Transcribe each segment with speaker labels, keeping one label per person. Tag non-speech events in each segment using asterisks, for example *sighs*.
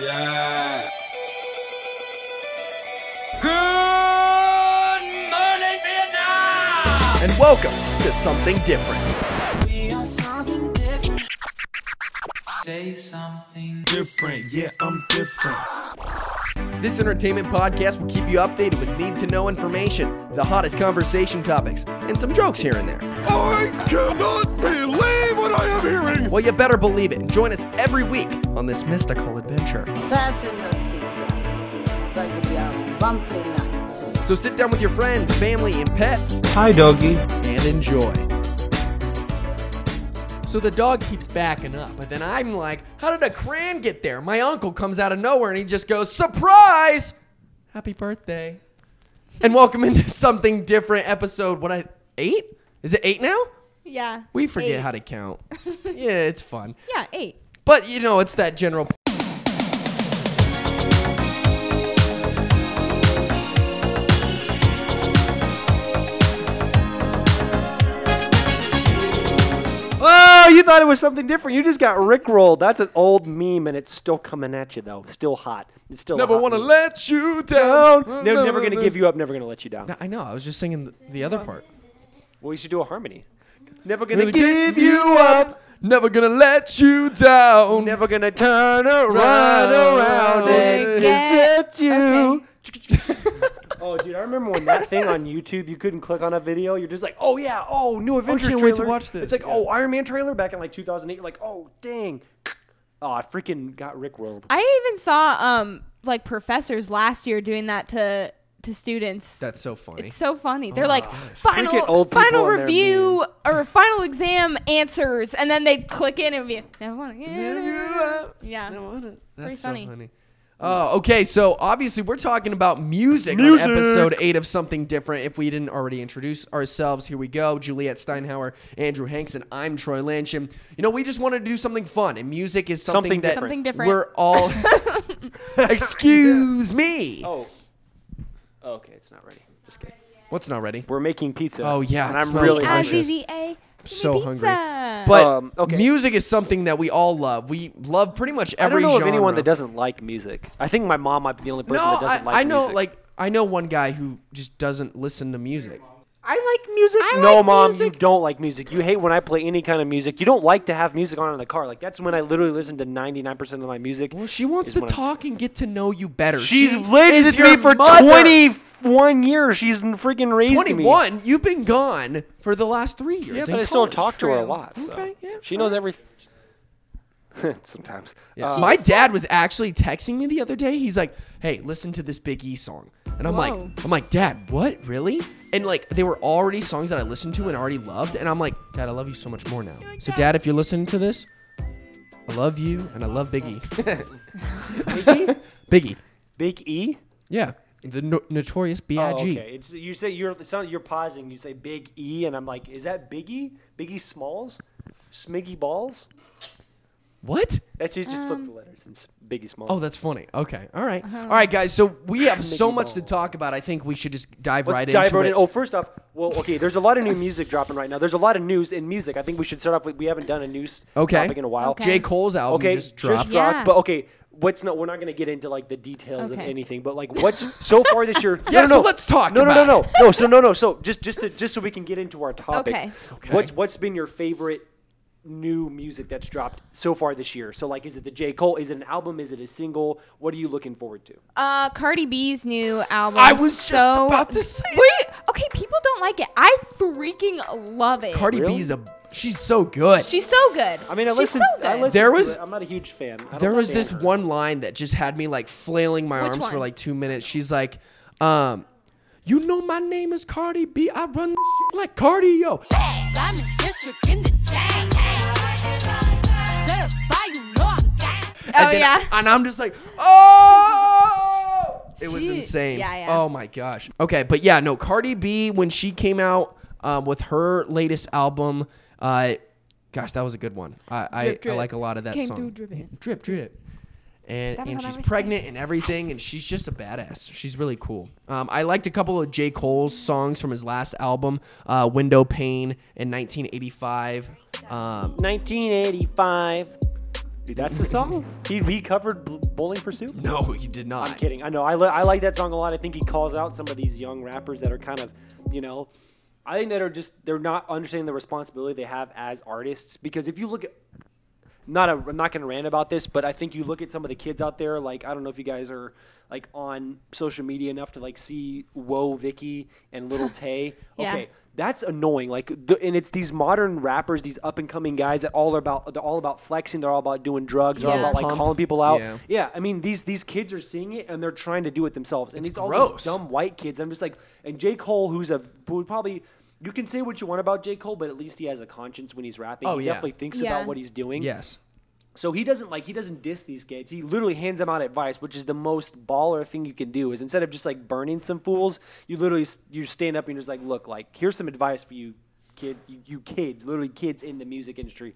Speaker 1: Yeah.
Speaker 2: Good morning, Vietnam!
Speaker 3: and welcome to Something Different.
Speaker 4: Say something.
Speaker 1: Different. Yeah, I'm different.
Speaker 3: This entertainment podcast will keep you updated with need to know information, the hottest conversation topics, and some jokes here and there.
Speaker 1: I cannot believe what I am hearing.
Speaker 3: Well, you better believe it. Join us every week on this mystical adventure.
Speaker 5: Fasten your seatbelts. It's going to be a bumpy night.
Speaker 3: So sit down with your friends, family, and pets
Speaker 6: Hi, doggy.
Speaker 3: and enjoy. So the dog keeps backing up, but then I'm like, how did a crayon get there? My uncle comes out of nowhere and he just goes, surprise! Happy birthday. And welcome into something different episode, what I, eight? Is it eight now?
Speaker 7: Yeah.
Speaker 3: We forget
Speaker 7: Eight.
Speaker 3: how to
Speaker 7: *laughs*
Speaker 3: count. yeah, it's fun.
Speaker 7: Yeah, eight.
Speaker 3: But you know, it's
Speaker 6: *laughs*
Speaker 3: that general.
Speaker 6: Oh, you thought it was something different. You just got rickrolled. That's an old meme, and it's still coming at you though. Still hot. It's still. a
Speaker 3: Never
Speaker 6: hot
Speaker 3: want to
Speaker 6: meme.
Speaker 3: let you down.
Speaker 6: down. No, never gonna give you up. Never gonna let you down.
Speaker 3: No, I know. I was just singing th- the other part.
Speaker 6: Well, you should do a harmony. Never gonna
Speaker 3: Never
Speaker 6: give you up.
Speaker 3: Never gonna let you down.
Speaker 6: Never gonna turn around,
Speaker 3: Run
Speaker 6: around and
Speaker 7: again.
Speaker 6: accept you. *laughs* oh, dude, I remember when that thing on YouTube, you couldn't click on a video. You're just like, oh yeah, oh new Avengers
Speaker 3: can't wait
Speaker 6: trailer.
Speaker 3: to watch this.
Speaker 6: It's like, oh Iron Man trailer back in like 2008. You're like, oh dang. Oh, I freaking got rickrolled.
Speaker 7: I even saw um like professors last year doing that to to students.
Speaker 3: That's so funny. Oh
Speaker 7: It's so funny. They're like
Speaker 6: Freaking
Speaker 7: final
Speaker 6: old people
Speaker 7: final
Speaker 6: and their
Speaker 7: review or final exam answers, and then they'd click in and be never want Yeah.
Speaker 3: That's so
Speaker 7: funny.
Speaker 3: funny. Oh, okay. So obviously, we're talking about music, on episode eight of Something Different. If we didn't already introduce ourselves, here we go. Juliet Steinhauer, Andrew Hanks, and I'm Troy Lansham. You know, we just wanted to do something fun, and music is something,
Speaker 6: Something
Speaker 3: that
Speaker 6: different.
Speaker 7: Something different.
Speaker 3: we're
Speaker 7: *laughs*
Speaker 3: all. Excuse me.
Speaker 6: Oh. Okay, it's not ready. Just kidding.
Speaker 3: What's not ready?
Speaker 6: We're making pizza.
Speaker 3: Oh, yeah,
Speaker 6: and
Speaker 3: it
Speaker 6: I'm
Speaker 3: smells
Speaker 6: really
Speaker 3: delicious.
Speaker 6: hungry.
Speaker 7: IZZA, give me
Speaker 3: So hungry.
Speaker 7: pizza.
Speaker 3: But
Speaker 6: Um, okay.
Speaker 3: music is something that we all love. We love pretty much
Speaker 6: I
Speaker 3: every
Speaker 6: don't know
Speaker 3: genre.
Speaker 6: of anyone that doesn't like music. I think my mom might be the only person
Speaker 3: No,
Speaker 6: that doesn't
Speaker 3: I,
Speaker 6: like
Speaker 3: I know
Speaker 6: music.
Speaker 3: like I know one guy who just doesn't listen to music.
Speaker 6: I like music.
Speaker 7: I
Speaker 6: no,
Speaker 7: like
Speaker 6: mom,
Speaker 7: music.
Speaker 6: you don't like music. You hate when I play any kind of music. You don't like to have music on in the car. Like that's when I literally listen to 99% of my music.
Speaker 3: Well, she wants
Speaker 6: is
Speaker 3: to
Speaker 6: when I-
Speaker 3: talk and get to know you better.
Speaker 6: She's
Speaker 3: She
Speaker 6: lived
Speaker 3: is
Speaker 6: with
Speaker 3: your
Speaker 6: me for
Speaker 3: mother.
Speaker 6: 21 years. She's freaking raised me.
Speaker 3: 21. You've been gone for the last three years.
Speaker 6: Yeah,
Speaker 3: in
Speaker 6: but I still
Speaker 3: college.
Speaker 6: talk to her a lot. so.
Speaker 3: Okay, yeah,
Speaker 6: She knows everything. *laughs* Sometimes.
Speaker 3: Yeah.
Speaker 6: Uh,
Speaker 3: My dad was actually texting me the other day. He's like, "Hey, listen to this Big E song," and I'm
Speaker 7: Whoa.
Speaker 3: like, "I'm like, Dad, what, really?" And like, they were already songs that I listened to and already loved, and I'm like, "Dad, I love you so much more now." So, Dad, if you're listening to this, I love you and I love Big E. *laughs* Big E,
Speaker 6: Big E?
Speaker 3: yeah, the no- notorious B.I.G.
Speaker 6: Oh, okay. It's you say you're it sounds, you're pausing. You say Big E, and I'm like, is that Biggie? Biggie Smalls? Smiggy Balls?
Speaker 3: What?
Speaker 6: That's you just flip the letters. It's Biggie Smalls.
Speaker 3: Um, Oh, that's funny. Okay, all right.
Speaker 6: Uh-huh.
Speaker 3: all right, guys. So we
Speaker 6: *laughs*
Speaker 3: have so
Speaker 6: Mickey
Speaker 3: much to
Speaker 6: Ball.
Speaker 3: talk about. I think we should just dive
Speaker 6: Let's
Speaker 3: right
Speaker 6: dive
Speaker 3: into
Speaker 6: right
Speaker 3: it.
Speaker 6: in. Oh, first off, well, okay. There's a lot of new music dropping right now. There's a lot of news in music. I think we should start off with we haven't done a news
Speaker 3: Okay.
Speaker 6: topic in a while.
Speaker 7: Okay.
Speaker 3: J. Cole's album
Speaker 6: Okay,
Speaker 3: just dropped.
Speaker 7: Yeah.
Speaker 6: But okay, what's not? We're not going to get into like the details of
Speaker 7: Okay.
Speaker 6: anything. But like, what's *laughs* so far this
Speaker 3: *laughs*
Speaker 6: year? no,
Speaker 3: Yeah,
Speaker 6: no,
Speaker 3: so
Speaker 6: no.
Speaker 3: let's talk
Speaker 6: No, no, no,
Speaker 3: about
Speaker 6: no, no. So no, no. So just just to, just so we can get into our topic.
Speaker 7: Okay.
Speaker 6: What's what's been your favorite? New music that's dropped so far this year. So, like, is it the J. Cole? Is it an album? Is it a single? What are you looking forward to?
Speaker 7: Uh, Cardi B's new album.
Speaker 3: I was just
Speaker 7: so-
Speaker 3: about to say
Speaker 7: Wait, okay, people don't like it. I freaking love it.
Speaker 3: Cardi
Speaker 6: Really?
Speaker 3: B's a she's so good.
Speaker 7: She's so good.
Speaker 6: I mean, I
Speaker 7: She's
Speaker 6: listened.
Speaker 7: so good.
Speaker 6: I listened
Speaker 3: There
Speaker 6: to
Speaker 3: was-
Speaker 6: it. I'm not a huge fan. I don't
Speaker 3: there was
Speaker 6: stand
Speaker 3: this
Speaker 6: her.
Speaker 3: one line that just had me like flailing my
Speaker 7: Which
Speaker 3: arms for
Speaker 7: one?
Speaker 3: like two minutes. She's like, um, you know my name is Cardi B. I run this shit like cardio.
Speaker 8: I'm in district in the chain. Serve by you know I'm gang.
Speaker 7: oh
Speaker 3: then-
Speaker 7: yeah.
Speaker 3: And I'm just like, oh, it was
Speaker 7: She-
Speaker 3: insane.
Speaker 7: yeah, yeah.
Speaker 3: Oh my gosh. Okay, but yeah, no, Cardi B when she came out um, with her latest album, uh, gosh, that was a good one. I I,
Speaker 7: Drip,
Speaker 3: I
Speaker 7: drip.
Speaker 3: like a lot of that
Speaker 7: Came
Speaker 3: song.
Speaker 7: through dripping.
Speaker 3: Drip drip. And, and she's pregnant and everything, and she's just a badass. She's really cool. Um, I liked a couple of J. Cole's songs from his last album, uh, Window Pane and 1985. Um,
Speaker 6: 1985. Dude, that's the song? he, he covered B- Bowling for Soup?
Speaker 3: No, he did not.
Speaker 6: I'm kidding. I know. I, li- I like that song a lot. I think he calls out some of these young rappers that are kind of, you know, I think that are just they're not understanding the responsibility they have as artists. Because if you look at, not a, I'm not gonna rant about this, but I think you look at some of the kids out there. Like I don't know if you guys are like on social media enough to like see Whoa Vicky and Little
Speaker 7: *laughs*
Speaker 6: Tay.
Speaker 7: Yeah.
Speaker 6: Okay, that's annoying. Like, the, and it's these modern rappers, these up and coming guys that all are about they're all about flexing, they're all about doing drugs, they're all
Speaker 7: Yeah.
Speaker 6: about like
Speaker 3: Pump.
Speaker 6: calling people out.
Speaker 3: Yeah.
Speaker 6: Yeah, I mean these these kids are seeing it and they're trying to do it themselves. And
Speaker 3: It's
Speaker 6: these all these
Speaker 3: gross.
Speaker 6: dumb white kids. I'm just like, and J Cole, who's a who probably you can say what you want about J Cole, but at least he has a conscience when he's rapping.
Speaker 3: Oh,
Speaker 6: he
Speaker 3: yeah.
Speaker 6: definitely thinks
Speaker 7: Yeah.
Speaker 6: about what he's doing.
Speaker 3: Yes.
Speaker 6: So he doesn't like he doesn't diss these kids. He literally hands them out advice, which is the most baller thing you can do. Is instead of just like burning some fools, you literally s- you stand up and you're just like, look, like here's some advice for you, kid, you, you kids, literally kids in the music industry.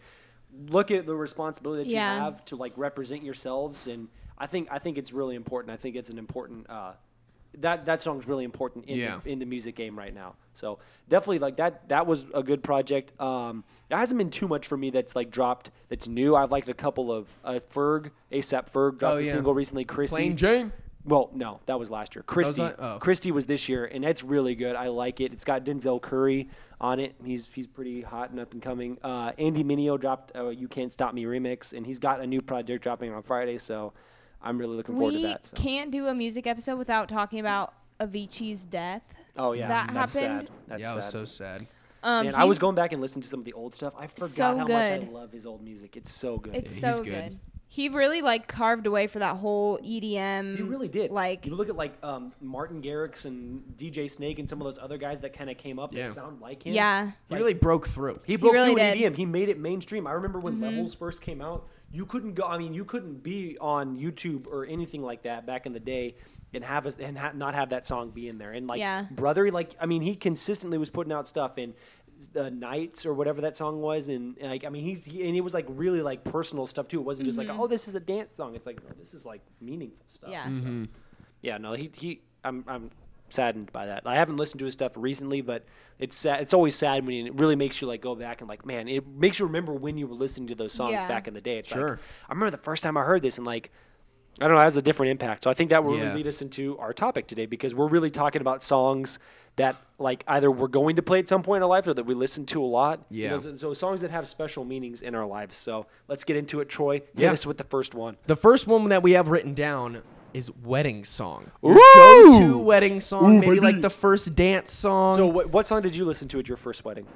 Speaker 6: Look at the responsibility that
Speaker 7: Yeah.
Speaker 6: you have to like represent yourselves, and I think I think it's really important. I think it's an important uh, that that song's really important in
Speaker 3: Yeah.
Speaker 6: the, in the music game right now. So definitely like that that was a good project. Um, there hasn't been too much for me that's like dropped that's new. I've liked a couple of uh, Ferg, ASAP Ferg dropped
Speaker 3: Oh, yeah.
Speaker 6: a single recently. Chrissy,
Speaker 3: Plain Jane.
Speaker 6: well, no, that was last year. Christy,
Speaker 3: not- oh.
Speaker 6: Christy was this year, and that's really good. I like it. It's got Denzel Curry on it. He's he's pretty hot and up and coming. Uh, Andy Mineo dropped uh, "You Can't Stop Me" remix, and he's got a new project dropping on Friday. So I'm really looking forward to
Speaker 7: We
Speaker 6: that. so.
Speaker 7: can't do a music episode without talking about Avicii's death.
Speaker 6: Oh yeah,
Speaker 7: that
Speaker 6: that's
Speaker 7: happened.
Speaker 6: sad. That's
Speaker 3: yeah, I was
Speaker 6: sad.
Speaker 3: so sad.
Speaker 7: Um,
Speaker 6: Man, I was
Speaker 7: he's-
Speaker 6: going back and listening to some of the old stuff. I forgot
Speaker 7: so
Speaker 6: how much
Speaker 7: good.
Speaker 6: I love his old music. It's so good.
Speaker 7: It's
Speaker 3: Yeah, he's
Speaker 7: so
Speaker 3: good.
Speaker 7: good. He really like carved away for that whole E EDM.
Speaker 6: He really did.
Speaker 7: Like
Speaker 6: you look at like um, Martin Garrix and DJ Snake and some of those other guys that kind of came up
Speaker 3: Yeah.
Speaker 6: that sound like him.
Speaker 7: yeah,
Speaker 3: He really broke through.
Speaker 6: He broke
Speaker 7: really
Speaker 6: through in
Speaker 7: did. Mm-hmm.
Speaker 6: EDM. He made it mainstream. I remember when Levels first came out, you couldn't go. I mean, you couldn't be on YouTube or anything like that back in the day and have us and ha- not have that song be in there. And like
Speaker 7: Yeah.
Speaker 6: Brother, like I mean, he consistently was putting out stuff in the Nights or whatever that song was, and like I mean, he's he, and it was like really like personal stuff too. It wasn't just like oh, this is a dance song. It's like no, this is like meaningful stuff.
Speaker 7: Mm-hmm. yeah.
Speaker 6: Yeah, no, he he. I'm I'm saddened by that. I haven't listened to his stuff recently, but it's sad. It's always sad when you- it really makes you like go back and like, man, it makes you remember when you were listening to those songs
Speaker 7: Yeah.
Speaker 6: back in the day. It's
Speaker 3: Sure.
Speaker 6: Like, I remember the first time I heard this and like. I don't know. It has a different impact, so I think that will really
Speaker 3: Yeah.
Speaker 6: lead us into our topic today because we're really talking about songs that, like, either we're going to play at some point in our life or that we listen to a lot. You know,
Speaker 3: Yeah.
Speaker 6: so- so songs that have special meanings in our lives. So let's get into it, Troy. Hit
Speaker 3: Yeah.
Speaker 6: us with the first one.
Speaker 3: The first one that we have written down is wedding song. Your go-to wedding song, maybe like the first dance song.
Speaker 6: So, what, what song did you listen to at your first wedding?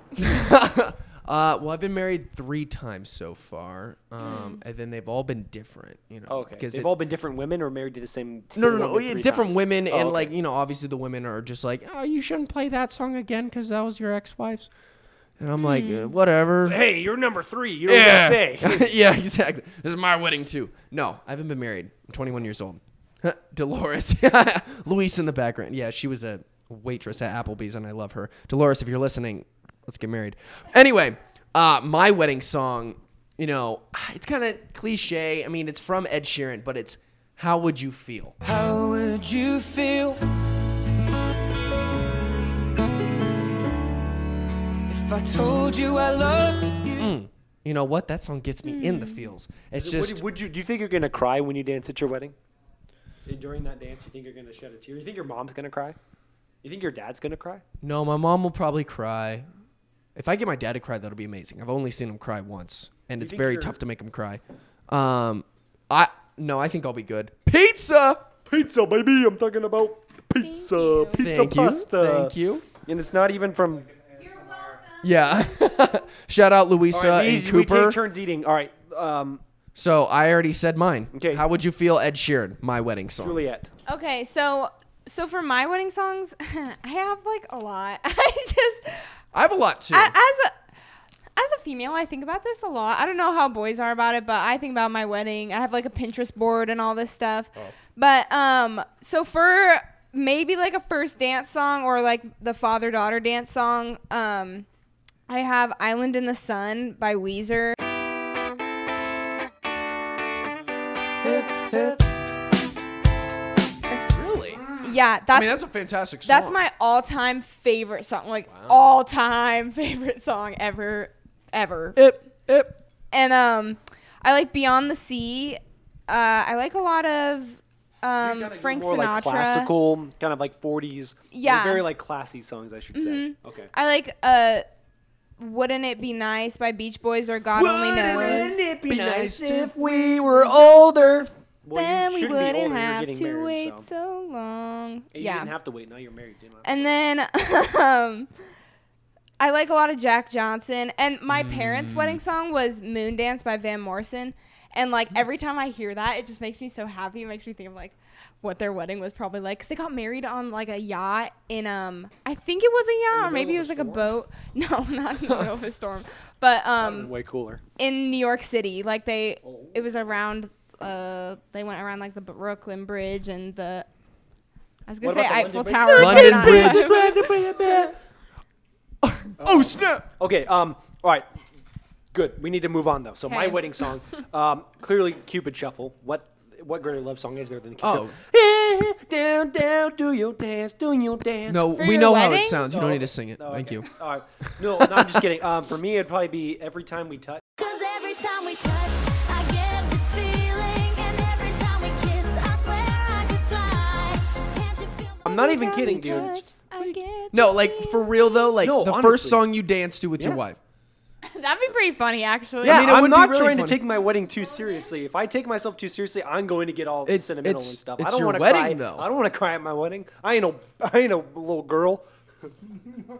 Speaker 3: Uh, well, I've been married three times so far, um, and then they've all been different. You know,
Speaker 6: Okay.
Speaker 3: because
Speaker 6: They've
Speaker 3: it-
Speaker 6: all been different women or married to the same.
Speaker 3: no, no,
Speaker 6: woman
Speaker 3: no, yeah,
Speaker 6: three
Speaker 3: different
Speaker 6: times?
Speaker 3: women,
Speaker 6: Oh,
Speaker 3: and
Speaker 6: okay.
Speaker 3: like you know, obviously the women are just like, oh, you shouldn't play that song again because that was your ex-wife's, and I'm like, "Uh, whatever.
Speaker 6: Hey, you're number three. You don't yeah.
Speaker 3: *laughs*
Speaker 6: say.
Speaker 3: yeah, exactly. This is my wedding too. No, I haven't been married. I'm 21 years old. *laughs* Dolores, *laughs* Luis in the background. Yeah, she was a waitress at Applebee's, and I love her. Dolores, if you're listening, let's get married. Anyway, uh, my wedding song. You know, *sighs* it's kind of cliche. I mean, it's from Ed Sheeran, but it's "How Would You Feel."
Speaker 9: How would you feel if I told you I loved you?
Speaker 3: You know what? That song gets me in the feels. It's
Speaker 6: Would, you-
Speaker 3: just
Speaker 6: would you? Mm. Do you think you're gonna cry when you dance at your wedding? Eh, During that dance, you think you're gonna shed a tear? You think your mom's gonna cry? You think your dad's gonna cry?
Speaker 3: no. My mom will probably cry. If I get my dad to cry, that'll be amazing. I've only seen him cry once, and it's
Speaker 6: think
Speaker 3: very
Speaker 6: you're-
Speaker 3: tough to make him cry. Um, I no, I think I'll be good. Pizza,
Speaker 6: Pizza, baby. I'm talking about pizza,
Speaker 3: thank you, thank you.
Speaker 6: And it's not even from.
Speaker 3: Yeah, *laughs* shout out Luisa
Speaker 6: All right,
Speaker 3: and
Speaker 6: we, we
Speaker 3: Cooper.
Speaker 6: take turns eating. All right, um,
Speaker 3: so I already said mine.
Speaker 6: Okay.
Speaker 3: How would you feel, Ed Sheeran? My wedding song.
Speaker 6: Juliet.
Speaker 7: Okay, so so for my wedding songs, *laughs* I have like a lot. *laughs* I just
Speaker 3: I have a lot too.
Speaker 7: a- as a as a female, I think about this a lot. I don't know how boys are about it, but I think about my wedding. I have like a Pinterest board and all this stuff.
Speaker 3: Oh.
Speaker 7: But um so for maybe like a first dance song or like the father-daughter dance song, um I have Island in the Sun by Weezer.
Speaker 3: really?
Speaker 7: Yeah, that's
Speaker 3: I mean, that's a fantastic song.
Speaker 7: That's my all-time favorite song, like *laughs* all-time favorite song ever, ever.
Speaker 3: Ip, ip.
Speaker 7: And um, I like Beyond the Sea. Uh, I like a lot of
Speaker 6: You gotta
Speaker 7: um,
Speaker 6: go
Speaker 7: Frank
Speaker 6: more
Speaker 7: Sinatra.
Speaker 6: like classical, kind of like 40s, like
Speaker 7: Yeah. Mm-hmm.
Speaker 6: very like classy songs, I should say. Okay,
Speaker 7: I like uh, "Wouldn't It Be Nice" by Beach Boys or God Only Knows.
Speaker 3: be nice if
Speaker 6: we were older. Well, you
Speaker 7: then we
Speaker 6: shouldn't be older,
Speaker 7: wouldn't
Speaker 6: you're
Speaker 7: have
Speaker 6: getting
Speaker 7: to
Speaker 6: married,
Speaker 7: wait
Speaker 6: so-
Speaker 7: so long.
Speaker 6: Hey, You
Speaker 7: yeah.
Speaker 6: didn't have to wait. Now you're married. You know.
Speaker 7: And then *laughs* um, I like a lot of Jack Johnson. And my
Speaker 6: Mm.
Speaker 7: parents' wedding song was Moon Dance by Van Morrison. And like
Speaker 6: Mm.
Speaker 7: every time I hear that, it just makes me so happy. It makes me think of like what their wedding was probably like. Cause they got married on like a yacht in um, I think it was a yacht or maybe it was like a boat. *laughs* No, not
Speaker 6: *laughs*
Speaker 7: in the middle of a storm, but um,
Speaker 6: way cooler.
Speaker 7: in New York City. Like they, it was around. Uh, they went around like the Brooklyn Bridge and the. I was gonna
Speaker 6: What
Speaker 7: say
Speaker 6: about the
Speaker 7: Eiffel
Speaker 6: London Bridge?
Speaker 7: Tower. but
Speaker 3: London
Speaker 7: not-
Speaker 3: Bridge.
Speaker 6: Oh snap! Okay. Um. All right. Good. We need to move on though. So my
Speaker 7: Okay.
Speaker 6: wedding
Speaker 7: *laughs*
Speaker 6: song, um, clearly Cupid Shuffle. What what greater love song is there than Cupid?
Speaker 3: Oh.
Speaker 6: Shuffle? down, down, do your dance, do your dance.
Speaker 3: No,
Speaker 7: For
Speaker 3: we
Speaker 7: your
Speaker 3: know how
Speaker 7: wedding?
Speaker 3: it sounds. You
Speaker 6: Oh,
Speaker 3: don't need to sing it.
Speaker 6: Oh,
Speaker 3: Thank
Speaker 6: okay.
Speaker 3: you.
Speaker 6: All right. No, no, I'm just kidding. Um, for me, it'd probably be every time we touch.
Speaker 8: Cause every time we touch, I get this feeling. And every time we kiss, I swear I could fly. Can't you feel
Speaker 6: I'm not even kidding, dude.
Speaker 3: No, like for real though, like
Speaker 6: No,
Speaker 3: the
Speaker 6: honestly.
Speaker 3: first song you dance to with your
Speaker 6: Yeah.
Speaker 3: wife.
Speaker 7: That'd be pretty funny, actually.
Speaker 6: Yeah,
Speaker 3: I mean, it
Speaker 6: I am
Speaker 3: would be
Speaker 6: not
Speaker 3: really
Speaker 6: trying to
Speaker 3: funny.
Speaker 6: take my wedding too seriously. If I take myself too seriously, I'm going to get all
Speaker 3: It's-
Speaker 6: sentimental
Speaker 3: it's-
Speaker 6: and stuff. I
Speaker 3: it's
Speaker 6: don't
Speaker 3: your
Speaker 6: want to
Speaker 3: wedding,
Speaker 6: cry.
Speaker 3: though.
Speaker 6: I don't want to cry at my wedding. I ain't no, I ain't no little girl. *laughs*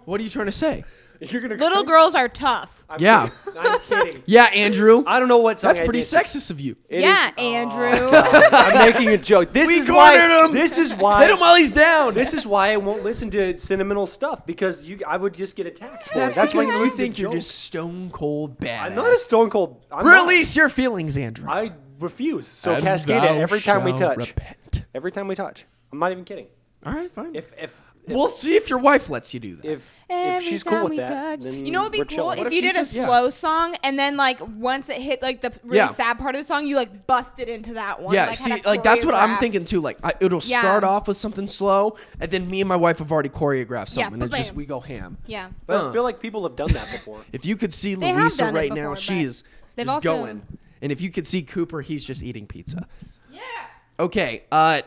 Speaker 3: What are you trying to say?
Speaker 6: You're gonna
Speaker 7: *laughs* Little
Speaker 6: cry.
Speaker 7: girls are tough.
Speaker 6: I'm
Speaker 3: Yeah.
Speaker 6: kidding. I'm kidding.
Speaker 3: *laughs* Yeah, Andrew.
Speaker 6: I don't know what song
Speaker 3: That's
Speaker 6: I
Speaker 3: pretty
Speaker 6: did.
Speaker 3: sexist of you.
Speaker 6: It
Speaker 7: yeah,
Speaker 6: is- *laughs*
Speaker 7: Andrew.
Speaker 3: *laughs*
Speaker 6: I'm making a joke. This
Speaker 3: We
Speaker 6: is why.
Speaker 3: cornered him.
Speaker 6: This
Speaker 3: *laughs*
Speaker 6: is
Speaker 3: Hit him
Speaker 6: why.
Speaker 3: while he's down.
Speaker 6: This is why I won't listen to sentimental stuff because you, I would just get attacked. for it.
Speaker 3: That's,
Speaker 6: That's why
Speaker 3: because you
Speaker 6: listen to
Speaker 3: think you're
Speaker 6: jokes.
Speaker 3: just stone cold bad.
Speaker 6: I'm not a stone cold. I'm not.
Speaker 3: Release your feelings, Andrew.
Speaker 6: I refuse. So
Speaker 3: And
Speaker 6: cascade
Speaker 3: thou
Speaker 6: it every time we
Speaker 3: shalt
Speaker 6: touch.
Speaker 3: repent.
Speaker 6: Every time we touch. I'm not even kidding.
Speaker 3: All right, fine.
Speaker 6: If if if
Speaker 3: we'll see if your wife lets you do that.
Speaker 6: if, if
Speaker 7: Every
Speaker 6: she's
Speaker 7: time
Speaker 6: cool
Speaker 7: we
Speaker 6: with that,
Speaker 7: touch-
Speaker 6: then
Speaker 7: you know what'd be
Speaker 6: we're
Speaker 7: cool
Speaker 6: chilling.
Speaker 7: if
Speaker 3: if
Speaker 7: you
Speaker 3: she
Speaker 7: did a
Speaker 3: says- yeah.
Speaker 7: slow song and then like once it hit like the really
Speaker 3: Yeah.
Speaker 7: sad part of the song, you like busted into that one.
Speaker 3: yeah,
Speaker 7: like, had
Speaker 3: see,
Speaker 7: it
Speaker 3: like that's what I'm
Speaker 7: choreographed.
Speaker 3: thinking too. Like I, it'll
Speaker 7: Yeah.
Speaker 3: start off with something slow, and then me and my wife have already choreographed
Speaker 7: Yeah,
Speaker 3: something. it's just
Speaker 7: ba-bam.
Speaker 3: we go ham.
Speaker 7: Yeah.
Speaker 6: But I feel like people have done that before.
Speaker 3: If you could see
Speaker 7: have
Speaker 3: Louisa
Speaker 7: done it
Speaker 3: right
Speaker 7: before,
Speaker 3: now,
Speaker 7: but
Speaker 3: she's
Speaker 7: they've
Speaker 3: just
Speaker 7: also-
Speaker 3: going. And if you could see Cooper, he's just eating pizza. Yeah. Okay. Uh,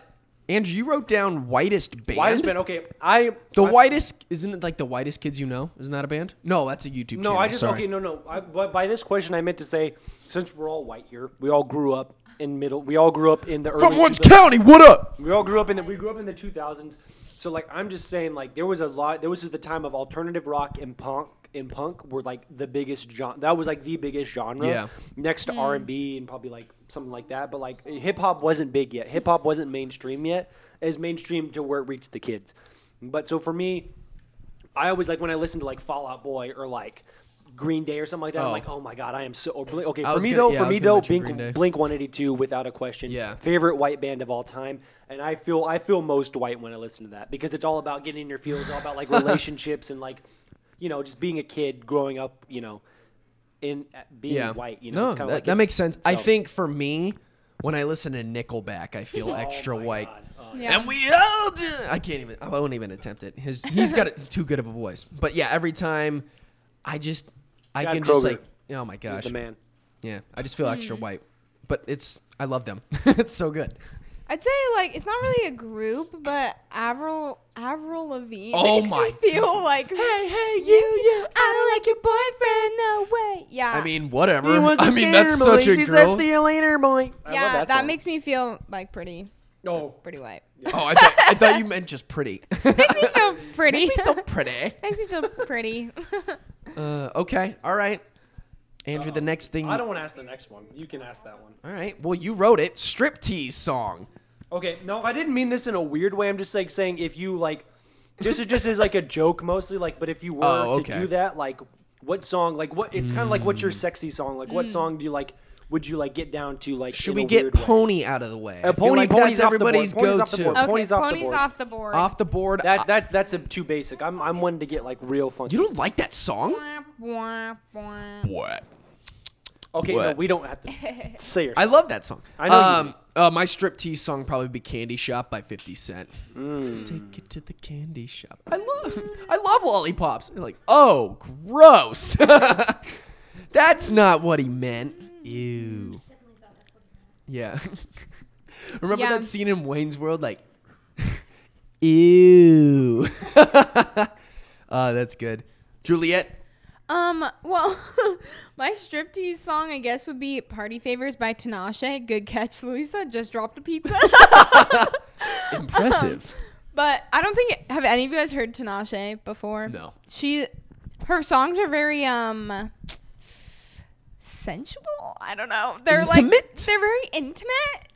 Speaker 3: Andrew, you wrote down whitest band.
Speaker 6: Why has been okay? I
Speaker 3: The
Speaker 6: I,
Speaker 3: whitest isn't it like the whitest kids you know? Isn't that a band? No, that's a YouTube
Speaker 6: No,
Speaker 3: channel.
Speaker 6: I just
Speaker 3: sorry.
Speaker 6: okay. No, no. I, but by this question, I meant to say since we're all white here, we all grew up in middle. We all grew up in the early
Speaker 3: From Orange
Speaker 6: 2000s.
Speaker 3: County, what up?
Speaker 6: We all grew up in the we grew up in the 2000s. So like I'm just saying like there was a lot there was the time of alternative rock and punk and punk were like the biggest genre. That was like the biggest genre.
Speaker 3: Yeah.
Speaker 6: Next to R&B and probably like something like that, but like hip hop wasn't big yet. Hip hop wasn't mainstream yet. As mainstream to where it reached the kids. But so for me, I always like when I listen to like Fallout Boy or like Green Day or something like that. I'm
Speaker 3: Oh.
Speaker 6: like, oh my god, I am so. Or Blink, okay,
Speaker 3: I
Speaker 6: for
Speaker 3: was
Speaker 6: me
Speaker 3: gonna-
Speaker 6: though,
Speaker 3: yeah, I
Speaker 6: for
Speaker 3: was
Speaker 6: me
Speaker 3: gonna
Speaker 6: though,
Speaker 3: mention Green Day.
Speaker 6: Blink, Blink 182 without a question.
Speaker 3: Yeah.
Speaker 6: favorite white band of all time, and I feel I feel most white when I listen to that because it's all about getting in your feelings, all about like
Speaker 3: *laughs*
Speaker 6: relationships and like, you know, just being a kid growing up, you know, in uh, being
Speaker 3: Yeah.
Speaker 6: white. You know,
Speaker 3: no,
Speaker 6: it's
Speaker 3: that,
Speaker 6: kinda like
Speaker 3: that
Speaker 6: it's-
Speaker 3: makes sense. I
Speaker 6: so-
Speaker 3: think for me, when I listen to Nickelback,
Speaker 6: *laughs*
Speaker 3: I feel extra white.
Speaker 6: Oh God. Oh,
Speaker 7: Yeah.
Speaker 3: And we all do. I can't even. I won't even attempt it. His, he's got it too good of a voice. But yeah, every time, I just, I
Speaker 6: Chad
Speaker 3: can
Speaker 6: Kroeger
Speaker 3: just like, oh my gosh,
Speaker 6: He's the man.
Speaker 3: yeah, I just feel extra white. But it's, I love them. *laughs* it's so good.
Speaker 7: I'd say like it's not really a group, but Avril Avril Lavigne
Speaker 3: Oh
Speaker 7: makes
Speaker 3: my
Speaker 7: me feel like hey hey you you I don't like your boyfriend no way yeah
Speaker 3: I mean, whatever. *laughs* I mean, that's such a girl.
Speaker 6: later, boy. I love
Speaker 7: yeah that,
Speaker 6: song.
Speaker 7: makes me feel like pretty
Speaker 6: no. *laughs*
Speaker 7: pretty white
Speaker 3: Oh, I thought, I thought you meant just pretty. *laughs*
Speaker 7: makes me feel pretty
Speaker 3: so pretty.
Speaker 7: *laughs* makes
Speaker 6: *laughs*
Speaker 7: me feel pretty *laughs*
Speaker 3: Uh, okay. All right. Andrew, the next thing.
Speaker 6: Uh, I don't want to ask the next one. You can ask that one.
Speaker 3: All right. Well, you wrote it. Striptease song.
Speaker 6: Okay, no, I didn't mean this in a weird way. I'm just like saying if you like, this is just as like a joke mostly. Like, but if you were
Speaker 3: Oh,
Speaker 6: to
Speaker 3: okay. Mm.
Speaker 6: do that, like, what song? Like, what? It's kind of like what's your sexy song? Like, what song do you like? Would you like get down to like?
Speaker 3: Should
Speaker 6: in
Speaker 3: we
Speaker 6: a
Speaker 3: get
Speaker 6: weird way?
Speaker 3: pony out of the way? I
Speaker 6: Uh,
Speaker 3: feel
Speaker 6: pony,
Speaker 3: like
Speaker 6: pony's
Speaker 3: that's
Speaker 6: off the board.
Speaker 3: everybody's
Speaker 6: Pony's off the
Speaker 3: go-to.
Speaker 6: board.
Speaker 7: okay
Speaker 6: Pony's off the board.
Speaker 7: off the board
Speaker 3: Off the board.
Speaker 6: That's
Speaker 3: I-
Speaker 6: that's that's a, too basic. I'm I'm one to get like real funky.
Speaker 3: you don't like that song? What?
Speaker 6: okay, no,
Speaker 3: what?
Speaker 6: we don't have to *laughs* say your.
Speaker 3: I love that song.
Speaker 6: I know you
Speaker 3: Um, uh, my striptease song probably be "Candy Shop" by Fifty Cent. Take it to the candy shop. I love, I love *laughs* lollipops. They're like, oh, gross. That's not what he meant. Ew. Yeah. *laughs* Remember
Speaker 7: Yeah.
Speaker 3: that scene in Wayne's World? Like, *laughs* ew. *laughs* uh, that's good. Juliet.
Speaker 7: Um, well, *laughs* my striptease song, I guess, would be Party Favors by Tinashe. Good catch, Louisa. Just dropped
Speaker 6: *laughs*
Speaker 7: a pizza.
Speaker 3: *laughs* Impressive.
Speaker 7: but I don't think, have any of you guys heard Tinashe before?
Speaker 3: No.
Speaker 7: She, her songs are very, um, sensual. I don't know. They're like,
Speaker 3: Intimate?
Speaker 7: they're very intimate,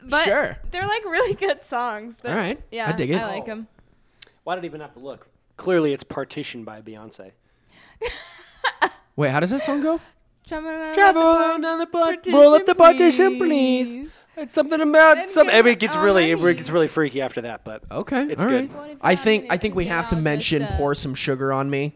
Speaker 7: but
Speaker 3: Sure.
Speaker 7: they're like really good songs. They're-
Speaker 3: All right. I
Speaker 7: Yeah.
Speaker 3: dig it.
Speaker 7: I like them.
Speaker 6: Why did I even have to look? Clearly, it's Partition by Beyonce.
Speaker 3: Wait, how does that song go?
Speaker 6: Travel on down the part,
Speaker 7: partition,
Speaker 6: roll up the partition, please.
Speaker 7: please.
Speaker 6: It's something about
Speaker 7: Then
Speaker 6: some.
Speaker 7: get
Speaker 6: Every it gets
Speaker 7: on
Speaker 6: really,
Speaker 7: my
Speaker 6: it gets really freaky after that. But
Speaker 3: Okay.
Speaker 6: It's
Speaker 3: all
Speaker 6: good.
Speaker 3: right.
Speaker 7: What if
Speaker 3: I
Speaker 7: not?
Speaker 3: think
Speaker 7: And
Speaker 3: I
Speaker 7: it's
Speaker 3: think we
Speaker 7: something
Speaker 3: have to
Speaker 7: about
Speaker 3: mention
Speaker 7: just, uh,
Speaker 3: "Pour Some Sugar on Me."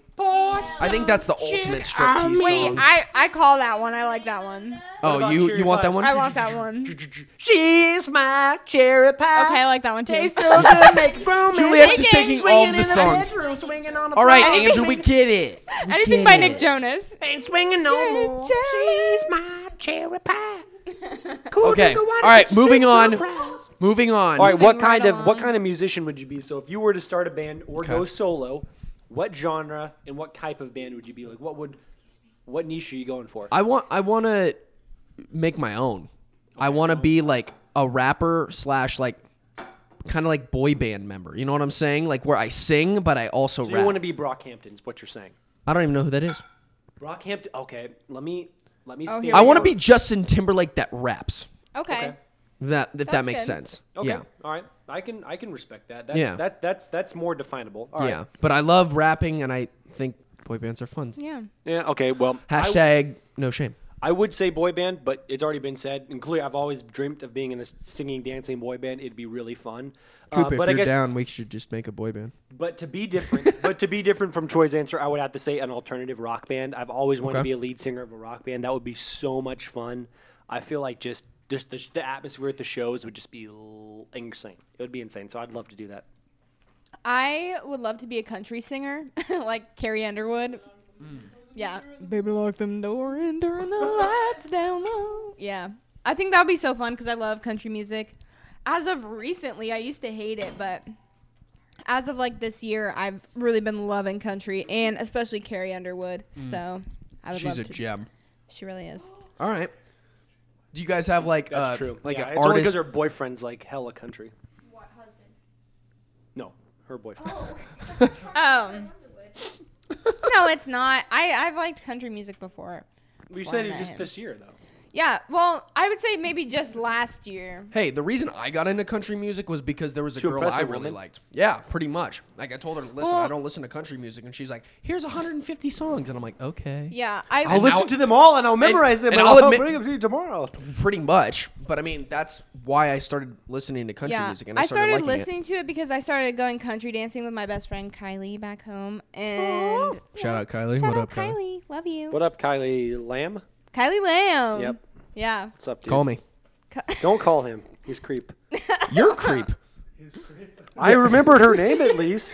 Speaker 3: I think that's the ultimate striptease
Speaker 7: Wait,
Speaker 3: song.
Speaker 7: I, I call that one. I like that one.
Speaker 3: oh,
Speaker 6: about
Speaker 3: you
Speaker 6: Cherry
Speaker 3: you want
Speaker 6: Pie?
Speaker 3: that one?
Speaker 7: I want that one. Okay,
Speaker 6: she's my cherry pie.
Speaker 7: I like that one too.
Speaker 6: good, make room.
Speaker 3: Juliet's just taking all of the songs. All right,
Speaker 7: Anything
Speaker 3: Andrew,
Speaker 7: by- *laughs*
Speaker 3: we get it. We
Speaker 7: *laughs* Anything
Speaker 3: get
Speaker 7: by
Speaker 3: it.
Speaker 7: Nick Jonas.
Speaker 6: Ain't swinging no more.
Speaker 7: Jealous.
Speaker 6: my cherry
Speaker 7: *laughs*
Speaker 6: pie.
Speaker 3: Okay. All right, moving on. Moving on.
Speaker 6: All right, what
Speaker 7: Moving right
Speaker 6: kind of what
Speaker 7: along.
Speaker 6: kind of musician would you be? So if you were to start a band or go solo, what genre and what type of band would you be? Like, what would what niche are you going for?
Speaker 3: I want I want to make my own. I want to be like a rapper slash like kind of like boy band member. You know what I'm saying? Like where I sing, but I also
Speaker 6: so
Speaker 3: rap.
Speaker 6: you want to be Brockhampton? Is what you're saying?
Speaker 3: I don't even know who that is.
Speaker 6: Brockhampton. Okay, let me let me.
Speaker 7: Oh,
Speaker 6: stay
Speaker 7: here
Speaker 3: I
Speaker 7: we
Speaker 6: with
Speaker 3: want to
Speaker 6: your-
Speaker 3: be Justin Timberlake that raps.
Speaker 7: Okay.
Speaker 6: Okay.
Speaker 3: If That if that
Speaker 7: That's
Speaker 3: makes
Speaker 7: good.
Speaker 3: sense.
Speaker 6: Okay.
Speaker 3: Yeah.
Speaker 6: All right. I can I can respect that. That's
Speaker 3: Yeah.
Speaker 6: that that's that's more definable. All right.
Speaker 3: Yeah. But I love rapping and I think boy bands are fun.
Speaker 7: Yeah.
Speaker 6: Yeah. Okay. Well. I-
Speaker 3: Hashtag no shame.
Speaker 6: I would say boy band, but it's already been said. And clearly, I've always dreamt of being in a singing, dancing boy band. It'd be really fun. Uh,
Speaker 3: Coop, if
Speaker 6: but
Speaker 3: you're
Speaker 6: I guess,
Speaker 3: down, we should just make a boy band.
Speaker 6: but to be different, *laughs* but to be different from Troy's answer, I would have to say an alternative rock band. I've always wanted to
Speaker 3: Okay.
Speaker 6: be a lead singer of a rock band. That would be so much fun. I feel like just just the, the atmosphere at the shows would just be l- insane. It would be insane. So I'd love to do that.
Speaker 7: I would love to be a country singer, *laughs* like Carrie Underwood.
Speaker 3: Mm.
Speaker 7: Yeah. Baby, lock them door and turn the lights down low. Yeah. I think that would be so fun because I love country music. As of recently, I used to hate it, but as of like this year, I've really been loving country and especially Carrie Underwood. So I
Speaker 3: Mm.
Speaker 7: would
Speaker 3: She's
Speaker 7: love
Speaker 3: a
Speaker 7: to.
Speaker 3: gem.
Speaker 7: She really is.
Speaker 3: All right. Do you guys have like
Speaker 6: That's
Speaker 3: uh,
Speaker 6: true.
Speaker 3: like
Speaker 6: yeah,
Speaker 3: an
Speaker 6: it's only because her
Speaker 3: artist?
Speaker 6: boyfriend's like hella country.
Speaker 10: What husband? Oh,
Speaker 6: No, her boyfriend.
Speaker 7: Um, *laughs* no, it's not. I I've liked country music before.
Speaker 6: we said it
Speaker 7: Foreman.
Speaker 6: just this year though.
Speaker 7: Yeah, well, I would say maybe just last year.
Speaker 3: Hey, the reason I got into country music was because there was a
Speaker 6: To
Speaker 3: girl
Speaker 6: impress
Speaker 3: I
Speaker 6: a
Speaker 3: really
Speaker 6: woman?
Speaker 3: liked. Yeah, pretty much. Like I told her, listen, I
Speaker 7: Well-
Speaker 3: don't listen to country music, and she's like, "Here's 150 songs," and I'm like, "Okay,
Speaker 7: Yeah, I
Speaker 6: I'll listen
Speaker 3: now-
Speaker 6: to them all and I'll memorize them
Speaker 3: and
Speaker 6: and,
Speaker 3: I'll
Speaker 6: I'll,
Speaker 3: admit-
Speaker 6: bring them to you tomorrow.
Speaker 3: pretty much." But I mean, that's why I started listening to country
Speaker 7: yeah,
Speaker 3: music, and
Speaker 7: I,
Speaker 3: I started,
Speaker 7: started,
Speaker 3: liking it.
Speaker 7: listening to it because I started going country dancing with my best friend Kylie back home, and
Speaker 3: Shout out Kylie.
Speaker 7: shout
Speaker 3: what
Speaker 7: out
Speaker 3: up, Kylie?
Speaker 7: Kylie, love you,
Speaker 6: What up, Kylie Lamb?
Speaker 7: Kylie Lamb.
Speaker 6: Yep.
Speaker 7: Yeah.
Speaker 6: What's up, dude?
Speaker 3: Call me.
Speaker 6: Don't call him. He's creep.
Speaker 3: You're a creep.
Speaker 6: I remembered her name at least.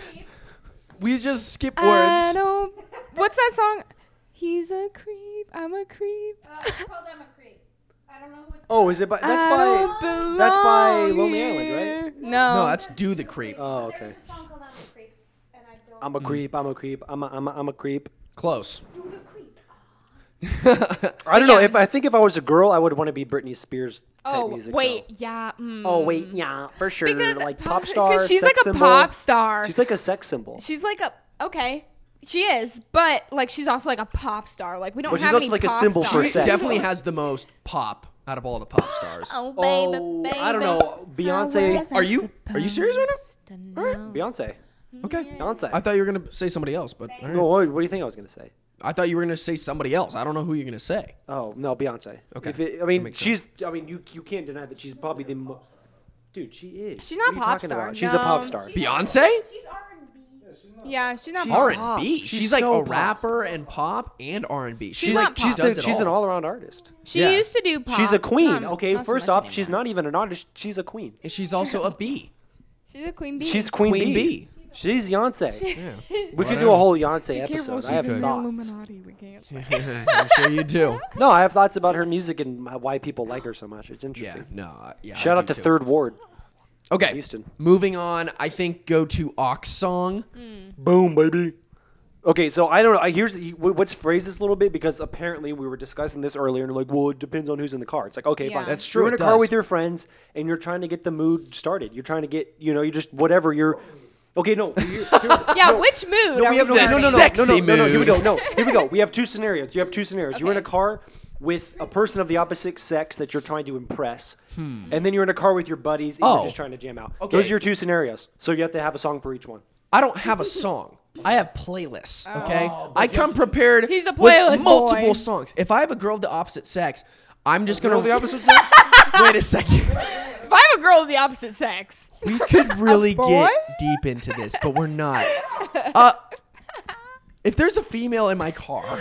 Speaker 3: We just skip
Speaker 7: I
Speaker 3: words.
Speaker 7: don't. What's that song? He's a creep. I'm a creep.
Speaker 10: Uh, it's called I'm a creep. I don't know who it's
Speaker 6: *laughs* Oh, is it by? That's
Speaker 7: I
Speaker 6: by.
Speaker 7: don't
Speaker 6: that's by
Speaker 7: belong
Speaker 6: Lonely Island, right?
Speaker 7: here.
Speaker 3: No, that's do the creep.
Speaker 6: Oh,
Speaker 10: called.
Speaker 6: okay.
Speaker 10: There's a song called I'm a creep. And I don't
Speaker 6: I'm a
Speaker 3: Hmm.
Speaker 6: creep. I'm a creep. I'm a. I'm a. I'm a creep.
Speaker 3: Close.
Speaker 10: do the creep.
Speaker 3: *laughs*
Speaker 6: I don't know. If I think if I was a girl, I would want to be Britney Spears type
Speaker 7: Oh
Speaker 6: music.
Speaker 7: wait,
Speaker 6: though.
Speaker 7: yeah. Mm.
Speaker 6: Oh wait, yeah, for sure.
Speaker 7: Because
Speaker 6: like pop
Speaker 7: because
Speaker 6: star.
Speaker 7: she's
Speaker 6: sex
Speaker 7: like a
Speaker 6: symbol.
Speaker 7: pop star.
Speaker 6: She's like a sex symbol.
Speaker 7: She's like a okay. She is, but like she's also like a pop star. Like we don't
Speaker 6: But she's
Speaker 7: have
Speaker 6: also
Speaker 7: any
Speaker 6: like a
Speaker 7: pop
Speaker 6: symbol for
Speaker 7: stars.
Speaker 3: She
Speaker 6: sex.
Speaker 3: definitely has the most pop out of all the pop stars.
Speaker 6: oh, I don't know. Beyonce.
Speaker 3: Are you are you serious right now? All right.
Speaker 6: Beyonce.
Speaker 3: Okay.
Speaker 6: Beyonce.
Speaker 3: I thought you were gonna say somebody else, but all right.
Speaker 6: No, what, what do you think I was gonna say?
Speaker 3: I thought you were gonna say somebody else. I don't know who you're gonna say.
Speaker 6: Oh no, Beyonce.
Speaker 3: Okay.
Speaker 6: If it, I
Speaker 3: That
Speaker 6: mean,
Speaker 3: makes
Speaker 6: she's. I mean, you you can't deny that she's probably the. Mo- Dude, she is.
Speaker 7: She's
Speaker 6: What are
Speaker 7: not
Speaker 6: you
Speaker 7: pop
Speaker 6: talking
Speaker 7: star,
Speaker 6: about? She's a pop
Speaker 7: no.
Speaker 6: star.
Speaker 3: Beyonce,
Speaker 10: She's R&B.
Speaker 7: Yeah, she's not.
Speaker 3: R
Speaker 7: She's,
Speaker 3: and B. She's,
Speaker 6: She's
Speaker 3: like
Speaker 6: so
Speaker 3: a
Speaker 6: pop.
Speaker 3: rapper and pop and R and B. She's,
Speaker 7: not
Speaker 3: like
Speaker 7: pop.
Speaker 3: she's,
Speaker 7: She's
Speaker 3: does it
Speaker 6: She's an
Speaker 3: all.
Speaker 6: all-around artist.
Speaker 7: she
Speaker 3: Yeah.
Speaker 7: used to do pop.
Speaker 6: She's a queen.
Speaker 7: Um,
Speaker 6: okay,
Speaker 7: not so
Speaker 6: first
Speaker 7: much
Speaker 6: off,
Speaker 7: anymore.
Speaker 6: she's not even an artist. She's a queen.
Speaker 3: And she's also a B.
Speaker 7: She's a queen bee.
Speaker 6: She's Queen,
Speaker 3: Queen
Speaker 6: Bee.
Speaker 3: B.
Speaker 6: She's Yonsei.
Speaker 3: Yeah.
Speaker 6: we could do a whole Yonsei episode.
Speaker 7: Careful, she's
Speaker 6: I have
Speaker 7: in the
Speaker 6: thoughts.
Speaker 7: Illuminati. We can't.
Speaker 3: I'm sure
Speaker 6: *laughs*
Speaker 3: you do.
Speaker 6: No, I have thoughts about her music and why people like her so much. It's
Speaker 3: Yeah.
Speaker 6: interesting.
Speaker 3: No. I- Yeah. I
Speaker 6: Shout
Speaker 3: do
Speaker 6: out to
Speaker 3: too.
Speaker 6: Third Ward,
Speaker 3: Okay.
Speaker 6: Houston.
Speaker 3: Moving on. I think go to Ox song.
Speaker 7: Mm.
Speaker 6: Boom, baby. Okay, so I don't know. I- Here's wh- let's phrase this a little bit because apparently we were discussing this earlier, and like, well, it depends on who's in the car. It's like, okay,
Speaker 7: Yeah.
Speaker 6: fine.
Speaker 7: That's
Speaker 3: true,
Speaker 6: You're in a
Speaker 3: it
Speaker 6: car
Speaker 3: does.
Speaker 6: with your friends, and you're trying to get the mood started. You're trying to get, you know, you just whatever. You're okay. *laughs* No, you're-
Speaker 3: *laughs*
Speaker 7: Yeah,
Speaker 6: no,
Speaker 7: which mood?
Speaker 6: No,
Speaker 7: are
Speaker 6: we have no,
Speaker 7: we
Speaker 3: The
Speaker 6: no, no, no,
Speaker 3: sexy
Speaker 6: no, no, no, no, Here we go.
Speaker 3: mood.
Speaker 6: No, here we go. We have two scenarios. You have two scenarios. You're in a
Speaker 7: Okay.
Speaker 6: car with a person of the opposite sex that you're trying to impress, and then you're in a car with your buddies and
Speaker 3: Hmm. Oh.
Speaker 6: you're just trying to jam out.
Speaker 3: Okay.
Speaker 6: Those are your two scenarios. So you have to have a song for each
Speaker 3: *laughs*
Speaker 6: one.
Speaker 3: I don't have a song. I have playlists.
Speaker 7: Oh.
Speaker 3: Okay. I come prepared.
Speaker 7: He's a
Speaker 3: with
Speaker 7: playlist
Speaker 3: multiple
Speaker 7: boy.
Speaker 3: songs. If I have a girl of the opposite sex, I'm just
Speaker 6: Girl of
Speaker 3: gonna
Speaker 6: the opposite sex?
Speaker 3: *laughs* wait a
Speaker 7: *laughs*
Speaker 3: second.
Speaker 7: If I have a girl of the opposite sex,
Speaker 3: We could really
Speaker 7: boy?
Speaker 3: get deep into this, but we're not. Uh, if there's a female in my car,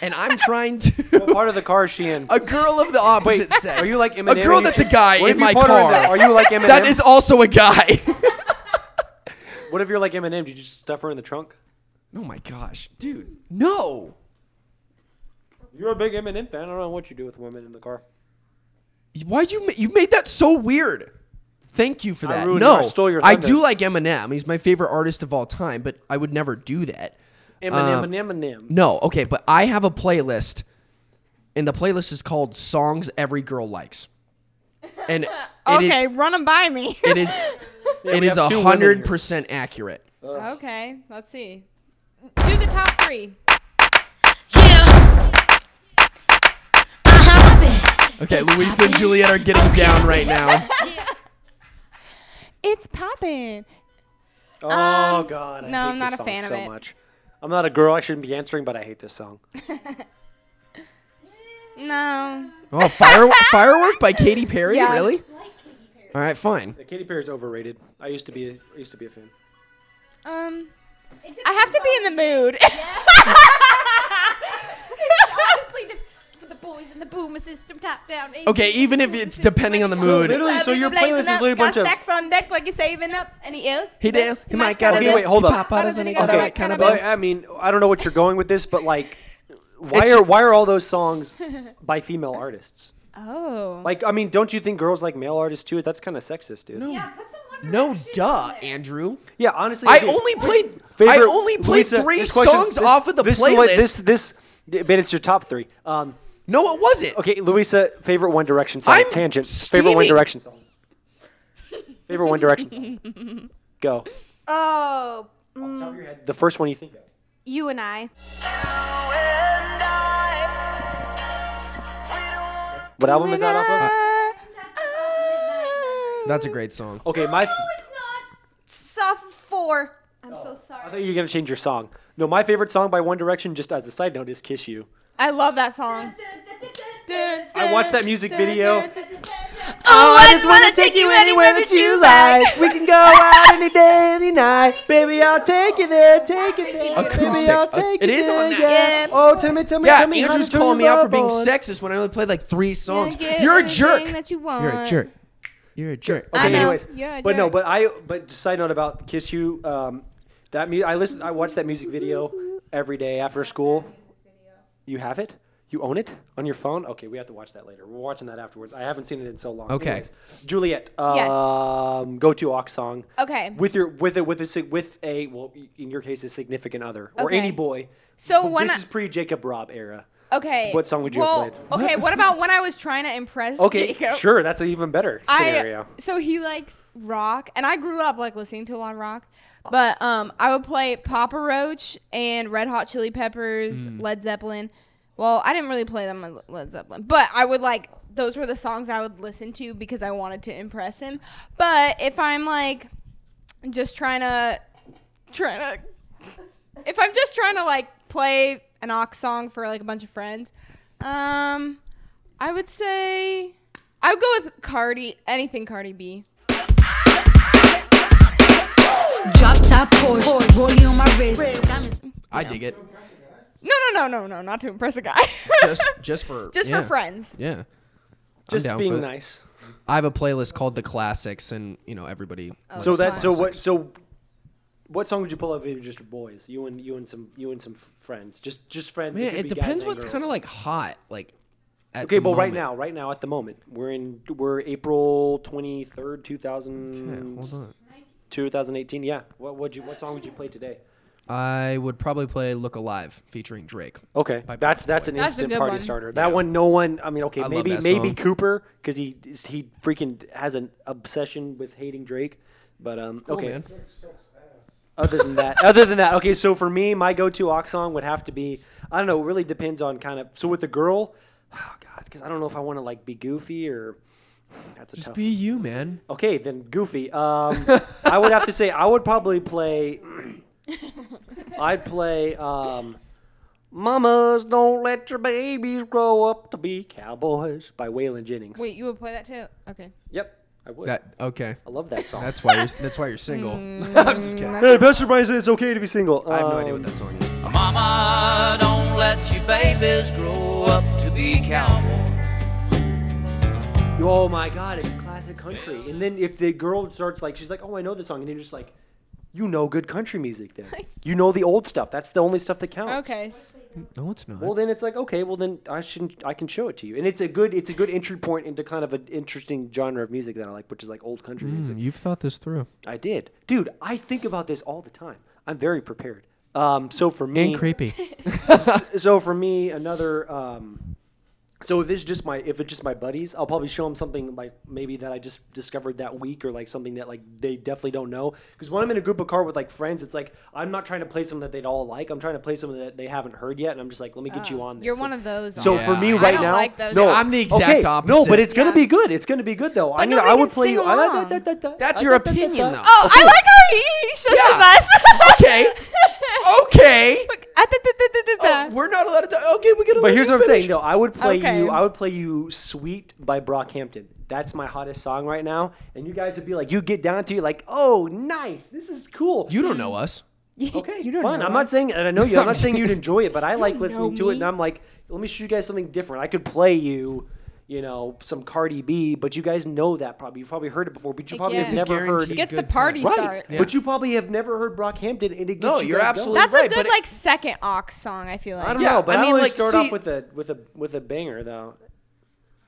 Speaker 3: and I'm trying to. *laughs*
Speaker 6: What part of the car is she in?
Speaker 3: A girl of the opposite
Speaker 7: *laughs*
Speaker 3: sex.
Speaker 6: Are you like
Speaker 3: A
Speaker 6: Eminem?
Speaker 3: girl that's a guy
Speaker 6: What if
Speaker 3: in
Speaker 6: you
Speaker 3: my
Speaker 6: put her
Speaker 3: car.
Speaker 6: the- are you like Eminem?
Speaker 3: that is also a guy. *laughs*
Speaker 6: What if you're like Eminem? Do you just stuff her in the trunk?
Speaker 3: oh my gosh, dude. No.
Speaker 6: You're a big Eminem fan. I don't know what you do with women in the car.
Speaker 3: Why'd you ma- you made that so weird? Thank you for
Speaker 6: I
Speaker 3: that.
Speaker 6: ruined-
Speaker 3: no,
Speaker 6: I stole your
Speaker 3: I
Speaker 6: thunder.
Speaker 3: do like Eminem. He's my favorite artist of all time, but I would never do that.
Speaker 6: Eminem,
Speaker 3: Um,
Speaker 6: Eminem, Eminem.
Speaker 3: No, okay, but I have a playlist, and the playlist is called "Songs Every Girl Likes," and it is
Speaker 7: *laughs* okay, run them by me.
Speaker 6: *laughs*
Speaker 3: it is it
Speaker 6: we
Speaker 3: is
Speaker 6: have two women
Speaker 3: a
Speaker 6: here.
Speaker 3: hundred percent accurate.
Speaker 7: *laughs* okay, let's see. Do the top three.
Speaker 3: Okay, Luis and Juliet are getting down right
Speaker 7: *laughs*
Speaker 3: now.
Speaker 7: It's poppin'.
Speaker 6: Oh
Speaker 7: um,
Speaker 6: God, I
Speaker 7: no,
Speaker 6: hate
Speaker 7: I'm not
Speaker 6: this
Speaker 7: a
Speaker 6: song
Speaker 7: fan of
Speaker 6: so
Speaker 7: it.
Speaker 6: much. I'm not a girl. I shouldn't be answering, but I hate this song.
Speaker 7: No.
Speaker 3: Oh, fire, firework by Katy Perry,
Speaker 7: Yeah.
Speaker 3: really? All right, fine.
Speaker 6: Yeah, Katy Perry's overrated. I used to be, a, I used to be a fan.
Speaker 7: Um, I have to be in the mood. *laughs*
Speaker 10: *laughs* Honestly, the, for the boys in the boomer system top down.
Speaker 3: Okay, even if it's depending on the mood.
Speaker 6: Literally, so your playlist is literally a bunch of.
Speaker 7: stacks on deck like you're saving up. Any ill?
Speaker 3: He did. He might got a
Speaker 6: Okay,
Speaker 3: dip.
Speaker 6: wait, hold
Speaker 3: He
Speaker 6: up.
Speaker 3: pop out as an
Speaker 7: Okay.
Speaker 3: eagle,
Speaker 7: Okay.
Speaker 3: right kind of
Speaker 7: Okay.
Speaker 3: bit.
Speaker 6: But, I mean, I don't know what you're going with this, but
Speaker 3: *laughs*
Speaker 6: like, why
Speaker 3: It's-
Speaker 6: are why are all those
Speaker 7: *laughs*
Speaker 6: songs by female artists?
Speaker 7: Oh.
Speaker 6: Like, I mean, don't you think girls like male artists too? That's kind of sexist, dude.
Speaker 3: No,
Speaker 10: Put some One
Speaker 3: no,
Speaker 10: Direction
Speaker 3: duh,
Speaker 10: in there.
Speaker 3: Andrew.
Speaker 6: Yeah, honestly,
Speaker 3: I
Speaker 6: dude,
Speaker 3: only played. I
Speaker 6: favorite-
Speaker 3: only played
Speaker 6: Lisa,
Speaker 3: three
Speaker 6: this question-
Speaker 3: songs
Speaker 6: this-
Speaker 3: off of the
Speaker 6: this, is what-
Speaker 3: playlist.
Speaker 6: This this, but it's your top three. Um,
Speaker 3: no, it wasn't.
Speaker 6: okay, Luisa, favorite One Direction song.
Speaker 3: I'm
Speaker 6: Tangent. Favorite One
Speaker 3: steaming.
Speaker 6: Direction song. Favorite One Direction song. Go.
Speaker 10: Oh,
Speaker 6: The first one you think of.
Speaker 10: you and I.
Speaker 6: What album is that off of?
Speaker 3: That's a great song.
Speaker 6: Okay, my.
Speaker 10: It's not. It's off of four. I'm so
Speaker 6: Oh. I
Speaker 10: sorry.
Speaker 6: thought you were gonna change your song. No, my favorite song by One Direction, just as a side note, is "Kiss You."
Speaker 7: I love that song.
Speaker 6: I watched that music video.
Speaker 7: Oh, I just wanna take you anywhere that you like.
Speaker 6: We can go out *laughs*
Speaker 7: *laughs*
Speaker 6: any day, any night. Baby, I'll take you there, take you there.
Speaker 3: Acoustic. Uh, it is on that.
Speaker 6: Oh, tell me, tell me,
Speaker 3: Yeah,
Speaker 6: tell me. how
Speaker 3: Andrew's
Speaker 6: to turn
Speaker 3: calling me out for being
Speaker 6: love on.
Speaker 3: sexist when I only played like three songs. You're a jerk.
Speaker 7: That you want.
Speaker 3: You're a jerk. You're a jerk.
Speaker 7: I know.
Speaker 6: Anyways,
Speaker 7: You're a
Speaker 6: but no,
Speaker 7: jerk.
Speaker 6: but I, but just side note about "Kiss You." Um, that mu- I listen, I watch that music video every day after school. You have it. You own it on your phone. Okay, we have to watch that later. We're watching that afterwards. I haven't seen it in so long.
Speaker 3: Okay.
Speaker 6: Anyways, Juliet.
Speaker 7: Yes.
Speaker 6: Um, go to Ox song.
Speaker 7: Okay.
Speaker 6: With your with a with a sig- with a well in your case a significant other or
Speaker 7: Okay.
Speaker 6: any boy.
Speaker 7: So
Speaker 6: But
Speaker 7: when
Speaker 6: this
Speaker 7: I-
Speaker 6: is pre Jacob Rob era.
Speaker 7: Okay.
Speaker 6: What song would you have
Speaker 7: well,
Speaker 6: played?
Speaker 7: Okay, what about when I was trying to impress
Speaker 6: Okay,
Speaker 7: Jacob?
Speaker 6: sure. That's an even better scenario.
Speaker 7: I, so he likes rock, and I grew up like listening to a lot of rock. But um, I would play Papa Roach and Red Hot Chili Peppers, Led Zeppelin. Well, I didn't really play them on Led Zeppelin, but I would like those were the songs I would listen to because I wanted to impress him. But if I'm like just trying to trying to if I'm just trying to like play an ox song for like a bunch of friends, um, I would say I would go with Cardi, anything Cardi B.
Speaker 8: Drop top Porsche, rollie on my wrist. Diamonds-
Speaker 3: I dig it.
Speaker 7: No, no, no, no, no, not to impress a guy.
Speaker 3: Just, just for
Speaker 7: *laughs* Just
Speaker 3: yeah.
Speaker 7: for friends.
Speaker 3: Yeah.
Speaker 6: Just
Speaker 3: down for
Speaker 6: being
Speaker 3: it.
Speaker 6: nice.
Speaker 3: I have a playlist called the classics, and you know everybody.
Speaker 6: So
Speaker 7: Just
Speaker 6: that's so
Speaker 3: likes
Speaker 6: what so What song would you pull up if you were just boys? You and you and some you and some f- friends. Just just friends.
Speaker 3: Man,
Speaker 6: could
Speaker 3: it
Speaker 6: be guys
Speaker 3: depends
Speaker 6: and
Speaker 3: what's
Speaker 6: girls.
Speaker 3: kind of like hot, like. At
Speaker 6: Okay,
Speaker 3: the
Speaker 6: but right
Speaker 3: moment.
Speaker 6: now, right now at the moment, we're in we're April twenty third, two
Speaker 3: Okay,
Speaker 6: thousand
Speaker 3: hold on.
Speaker 6: 2018. Yeah. What would you what song would you play today?
Speaker 3: I would probably play "Look Alive" featuring Drake.
Speaker 6: Okay,
Speaker 3: By
Speaker 6: that's that's an
Speaker 7: That's a
Speaker 6: instant
Speaker 7: good
Speaker 6: party
Speaker 7: one.
Speaker 6: starter. That one, no one. I mean, okay,
Speaker 3: I love
Speaker 6: maybe
Speaker 3: that
Speaker 6: maybe
Speaker 3: song.
Speaker 6: Cooper because he he freaking has an obsession with hating Drake. But um,
Speaker 3: Cool,
Speaker 6: okay.
Speaker 3: man.
Speaker 6: Other than
Speaker 3: *laughs*
Speaker 6: that, other than that, okay. So for me, my go-to Ox song would have to be I don't know. It really depends on kind of. So with a girl, *sighs* oh god, because I don't know if I want to like be goofy or that's a
Speaker 3: Just
Speaker 6: tough.
Speaker 3: be you, man.
Speaker 6: okay, then goofy. Um, I would have to say I would probably play.
Speaker 7: *laughs*
Speaker 6: I'd play. Um, Mamas don't let your babies grow up to be cowboys by Waylon Jennings.
Speaker 7: Wait, you would play that too? Okay.
Speaker 6: Yep, I would.
Speaker 3: That okay.
Speaker 6: I love that song.
Speaker 3: That's why you're. That's why you're single. *laughs* I'm just kidding.
Speaker 6: hey, Pastor Brian said it's okay to be single. Um,
Speaker 3: I have no idea what that song is.
Speaker 9: Mama, don't let your babies grow up to be cowboys.
Speaker 6: Oh my God, it's classic country. And then if the girl starts like, she's like, oh, I know this song, and then you're just like, you know good country music
Speaker 7: *laughs*
Speaker 6: then. you know the old stuff. That's the only stuff that counts.
Speaker 7: Okay. s-
Speaker 3: No, it's not.
Speaker 6: Well, then it's like, okay, well then I shouldn't. I can show it to you, and it's a good. It's a good entry point into kind of an interesting genre of music that I like, which is like old country music.
Speaker 3: you've thought this through.
Speaker 6: I did, dude. I think about this all the time. I'm very prepared. Um, so for me,
Speaker 3: And creepy.
Speaker 6: so for me, another. Um, so if it's just my if it's just my buddies, I'll probably show them something like maybe that I just discovered that week or like something that like they definitely don't know. Because when I'm in a group of car with like friends, it's like I'm not trying to play something that they'd all like. I'm trying to play something that they haven't heard yet, and I'm just like, let me get you on this.
Speaker 7: Ah, You're
Speaker 6: Like,
Speaker 7: one of those.
Speaker 6: So
Speaker 3: Yeah.
Speaker 6: for me
Speaker 3: I
Speaker 6: right
Speaker 7: don't
Speaker 6: now,
Speaker 7: like those
Speaker 6: no,
Speaker 7: songs.
Speaker 3: I'm the exact
Speaker 6: okay, No,
Speaker 3: opposite.
Speaker 6: but it's gonna
Speaker 7: Yeah.
Speaker 6: be good. It's gonna be good though. I
Speaker 7: But
Speaker 6: mean,
Speaker 7: nobody
Speaker 6: I would
Speaker 7: can
Speaker 6: play
Speaker 7: sing
Speaker 6: you. I- da-
Speaker 7: along.
Speaker 6: da- da- da-
Speaker 3: That's
Speaker 6: da-
Speaker 3: your
Speaker 6: da- da- da- da.
Speaker 3: opinion, though.
Speaker 7: Oh, I like how he, he shushes
Speaker 3: Yeah.
Speaker 7: us. *laughs*
Speaker 3: okay. Okay.
Speaker 7: Look, ah, da, da, da, da, da,
Speaker 3: Oh,
Speaker 7: da.
Speaker 3: we're not allowed to. Talk. Okay, we gotta.
Speaker 6: But
Speaker 3: let
Speaker 6: here's
Speaker 3: you
Speaker 6: what I'm saying
Speaker 3: finish.
Speaker 6: though. I would play
Speaker 7: Okay.
Speaker 6: you. I would play you "Sweet" by Brockhampton. That's my hottest song right now, and you guys would be like, you get down to it, like, oh, nice, this is cool.
Speaker 3: You don't know us.
Speaker 6: okay, fun. I'm not saying, and I know you. I'm not saying you'd enjoy it, but I like listening to it, and
Speaker 7: me.
Speaker 6: I'm like, let me show you guys something different. I could play you. You know, some Cardi B, but you guys know that probably. You've probably heard it before, but you probably
Speaker 7: yeah.
Speaker 6: have
Speaker 7: It's a
Speaker 6: never heard
Speaker 3: guaranteed
Speaker 7: Gets the
Speaker 3: good time.
Speaker 7: party
Speaker 6: Right,
Speaker 7: start.
Speaker 3: Yeah.
Speaker 6: but you probably have never heard Brockhampton, and it gets
Speaker 3: No,
Speaker 6: you
Speaker 3: you're
Speaker 6: guys
Speaker 3: absolutely
Speaker 6: going.
Speaker 7: That's
Speaker 3: Right,
Speaker 7: a
Speaker 3: but
Speaker 7: good
Speaker 3: it-
Speaker 7: like second ox song. I feel like.
Speaker 6: I don't
Speaker 3: Yeah,
Speaker 6: know, but
Speaker 3: I
Speaker 6: I,
Speaker 3: mean,
Speaker 6: always
Speaker 3: like,
Speaker 6: start
Speaker 3: see-
Speaker 6: off with a with a with a banger though.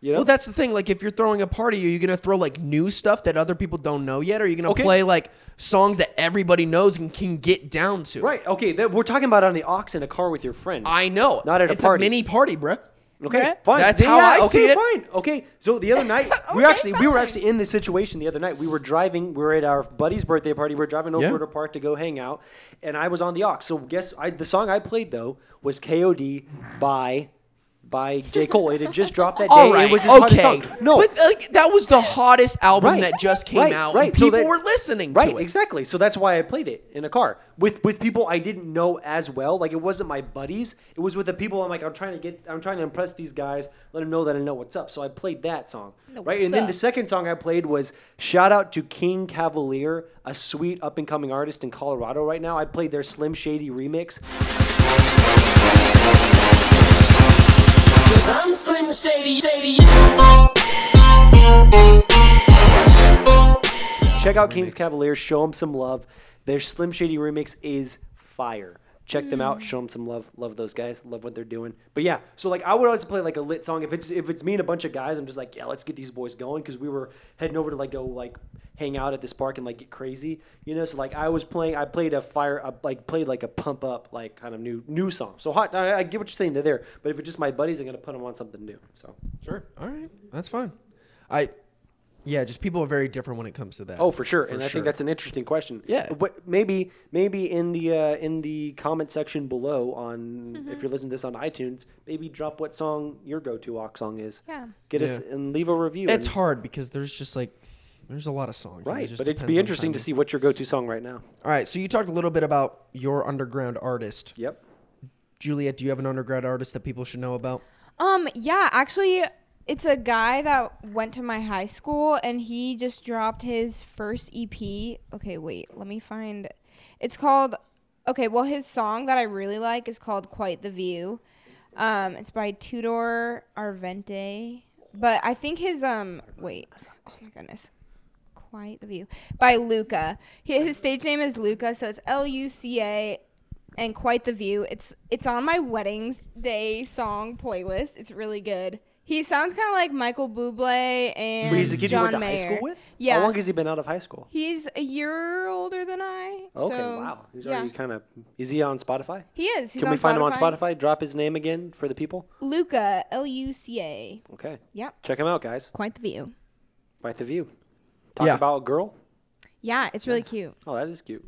Speaker 6: You know,
Speaker 3: Well, that's the thing. Like, if you're throwing a party, are you gonna throw like new stuff that other people don't know yet? Or are you gonna
Speaker 6: Okay.
Speaker 3: play like songs that everybody knows and can get down to?
Speaker 6: right. Okay, that, we're talking about on the ox in a car with your friends.
Speaker 3: I know.
Speaker 6: Not at a
Speaker 3: it's
Speaker 6: party.
Speaker 3: a mini party, bruh.
Speaker 6: Okay,
Speaker 7: Right.
Speaker 6: fine.
Speaker 3: That's how I
Speaker 6: okay,
Speaker 3: see it.
Speaker 6: Fine. Okay, so the other
Speaker 3: *laughs*
Speaker 6: night we
Speaker 7: Okay,
Speaker 6: actually we were
Speaker 7: fine.
Speaker 6: actually in this situation the other night. We were driving. We were at our buddy's birthday party. We were driving over
Speaker 3: Yeah.
Speaker 6: to Park to go hang out, and I was on the aux. So guess I the song I played though was K.O.D. by by J Cole. It had just dropped that day.
Speaker 3: *laughs* All right.
Speaker 6: It was his hottest
Speaker 3: okay.
Speaker 6: song. No,
Speaker 3: but like that was the hottest album
Speaker 6: Right.
Speaker 3: that just came
Speaker 6: Right,
Speaker 3: out.
Speaker 6: right.
Speaker 3: And
Speaker 6: So
Speaker 3: people
Speaker 6: that-
Speaker 3: were listening
Speaker 6: Right,
Speaker 3: to it.
Speaker 6: exactly. So that's why I played it in a car with with people I didn't know as well. Like it wasn't my buddies. It was with the people I'm like I'm trying to get. I'm trying to impress these guys. Let them know that I know what's up. So I played that song. right, and then the second song I played was shout out to King Cavalier, a sweet up and coming artist in Colorado right now. I played their Slim Shady remix. Check out King's Cavalier. Show them some love. Their Slim Shady remix is fire. Check them out. Show them some love. Love those guys. Love what they're doing. But yeah, so like I would always play like a lit song if it's if it's me and a bunch of guys. I'm just like yeah, let's get these boys going because we were heading over to like go like hang out at this park and like get crazy, you know. So like I was playing, I played a fire, I, like played like a pump up like kind of new new song. So hot. I, I get what you're saying. They're there, but if it's just my buddies, I'm gonna put them on something new. So
Speaker 3: Sure. All right. That's fine. I, yeah, just people are very different when it comes to that.
Speaker 6: Oh, for sure, and I
Speaker 3: sure.
Speaker 6: think that's an interesting question.
Speaker 3: Yeah.
Speaker 6: What maybe maybe in the uh, in the comment section below on
Speaker 7: Mm-hmm.
Speaker 6: if you're listening to this on iTunes, maybe drop what song your go-to Ox song is.
Speaker 7: Yeah.
Speaker 6: Get us
Speaker 3: Yeah.
Speaker 6: and leave a review.
Speaker 3: It's
Speaker 6: and-
Speaker 3: hard because there's just like, there's a lot of songs. and it
Speaker 6: right?
Speaker 3: just
Speaker 6: But it'd
Speaker 3: depends
Speaker 6: be
Speaker 3: on
Speaker 6: interesting to
Speaker 3: timing.
Speaker 6: see what your go-to song right now.
Speaker 3: All right. So you talked a little bit about your underground artist.
Speaker 6: Yep.
Speaker 3: Juliet, do you have an underground artist that people should know about?
Speaker 7: Um, yeah, actually, it's a guy that went to my high school and he just dropped his first EP. Okay, wait, let me find. It's called. Okay, well, his song that I really like is called "Quite the View." Um, it's by Tudor Arvente, but I think his um, wait, oh my goodness, Quite the View by Luca. He, his stage name is Luca, so it's L U C A and Quite the View. It's it's on my wedding day song playlist. It's really good. He sounds kind of like Michael Bublé and
Speaker 6: He's a kid you
Speaker 7: John
Speaker 6: went to
Speaker 7: Mayer.
Speaker 6: high school with?
Speaker 7: Yeah.
Speaker 6: How long has he been out of high school?
Speaker 7: He's a year older than I.
Speaker 6: Okay,
Speaker 7: so,
Speaker 6: wow. He's
Speaker 7: yeah.
Speaker 6: already kind of. Is he on Spotify?
Speaker 7: He is. He's
Speaker 6: Can
Speaker 7: on
Speaker 6: we find him on Spotify? Drop his name again for the people.
Speaker 7: Luca, L U C A.
Speaker 6: Okay.
Speaker 7: Yep.
Speaker 6: Check him out, guys.
Speaker 7: Quite the view.
Speaker 6: Right the view. Talk
Speaker 3: Yeah.
Speaker 6: about a girl.
Speaker 7: Yeah, it's really cute.
Speaker 6: Oh, that is cute.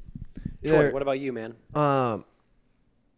Speaker 3: They're-
Speaker 6: Troy, what about you, man?
Speaker 3: Um,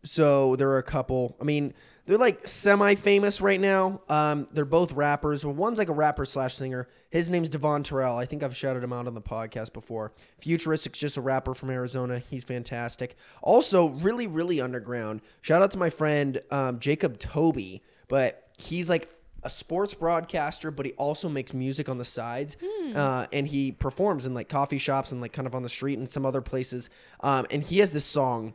Speaker 3: so there are a couple. I mean, they're like semi-famous right now. Um, they're both rappers. Well, one's like a rapper slash singer. His name's Devon Terrell. I think I've shouted him out on the podcast before. Futuristic's just a rapper from Arizona. He's fantastic. Also, really, really underground. Shout out to my friend um, Jacob Toby, but he's like a sports broadcaster, but he also makes music on the sides, uh, and he performs in like coffee shops and like kind of on the street and some other places. Um, and he has this song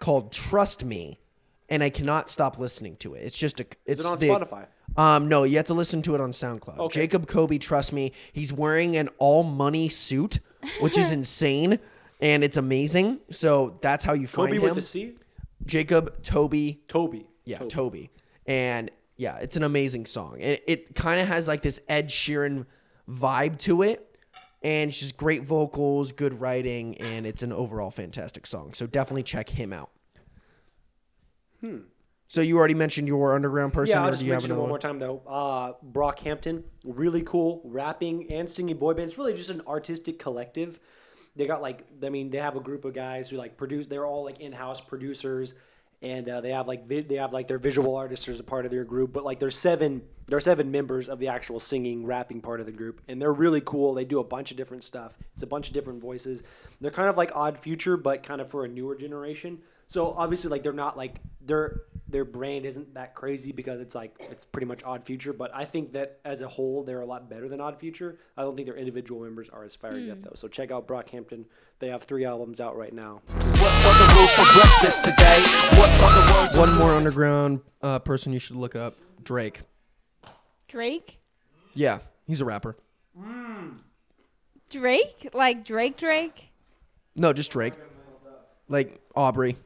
Speaker 3: called "Trust Me," and I cannot stop listening to it. It's just a. It's
Speaker 6: Is it on
Speaker 3: the-
Speaker 6: Spotify?
Speaker 3: Um, no, you have to listen to it on SoundCloud.
Speaker 6: Okay.
Speaker 3: Jacob Kobe, trust me, he's wearing an all money suit,
Speaker 6: *laughs*
Speaker 3: which is insane, and it's amazing. So that's how you find
Speaker 6: Toby
Speaker 3: him.
Speaker 6: with the C?
Speaker 3: Jacob Toby
Speaker 6: Toby.
Speaker 3: yeah, Toby. And yeah, it's an amazing song. It, it kind of has like this Ed Sheeran vibe to it. And it's just great vocals, good writing, and it's an overall fantastic song. So definitely check him out. Hmm. So you already mentioned your underground person,
Speaker 6: Hmm. Yeah, I'll
Speaker 3: or do
Speaker 6: just
Speaker 3: you have
Speaker 6: mention it
Speaker 3: another
Speaker 6: one
Speaker 3: one?
Speaker 6: more time though. Uh, Brockhampton, really cool rapping and singing boy band. It's really just an artistic collective. They got like, I mean, they have a group of guys who like produce. They're all like in-house producers, and uh, they have like vi- they have like their visual artists as a part of their group. But like, there's seven there are seven members of the actual singing rapping part of the group, and they're really cool. They do a bunch of different stuff. It's a bunch of different voices. They're kind of like Odd Future, but kind of for a newer generation. So obviously, like they're not like their their brand isn't that crazy because it's like it's pretty much Odd Future. But I think that as a whole, they're a lot better than Odd Future. I don't think their individual members are as fire yet though. So check out Brockhampton. They have three albums out right now.
Speaker 9: What's on the rules for breakfast today? What's on the words
Speaker 3: One more underground uh, person you should look up Drake.
Speaker 7: Drake?
Speaker 3: Yeah, he's a rapper.
Speaker 7: Drake? Like Drake Drake?
Speaker 3: No, just Drake. Like Aubrey.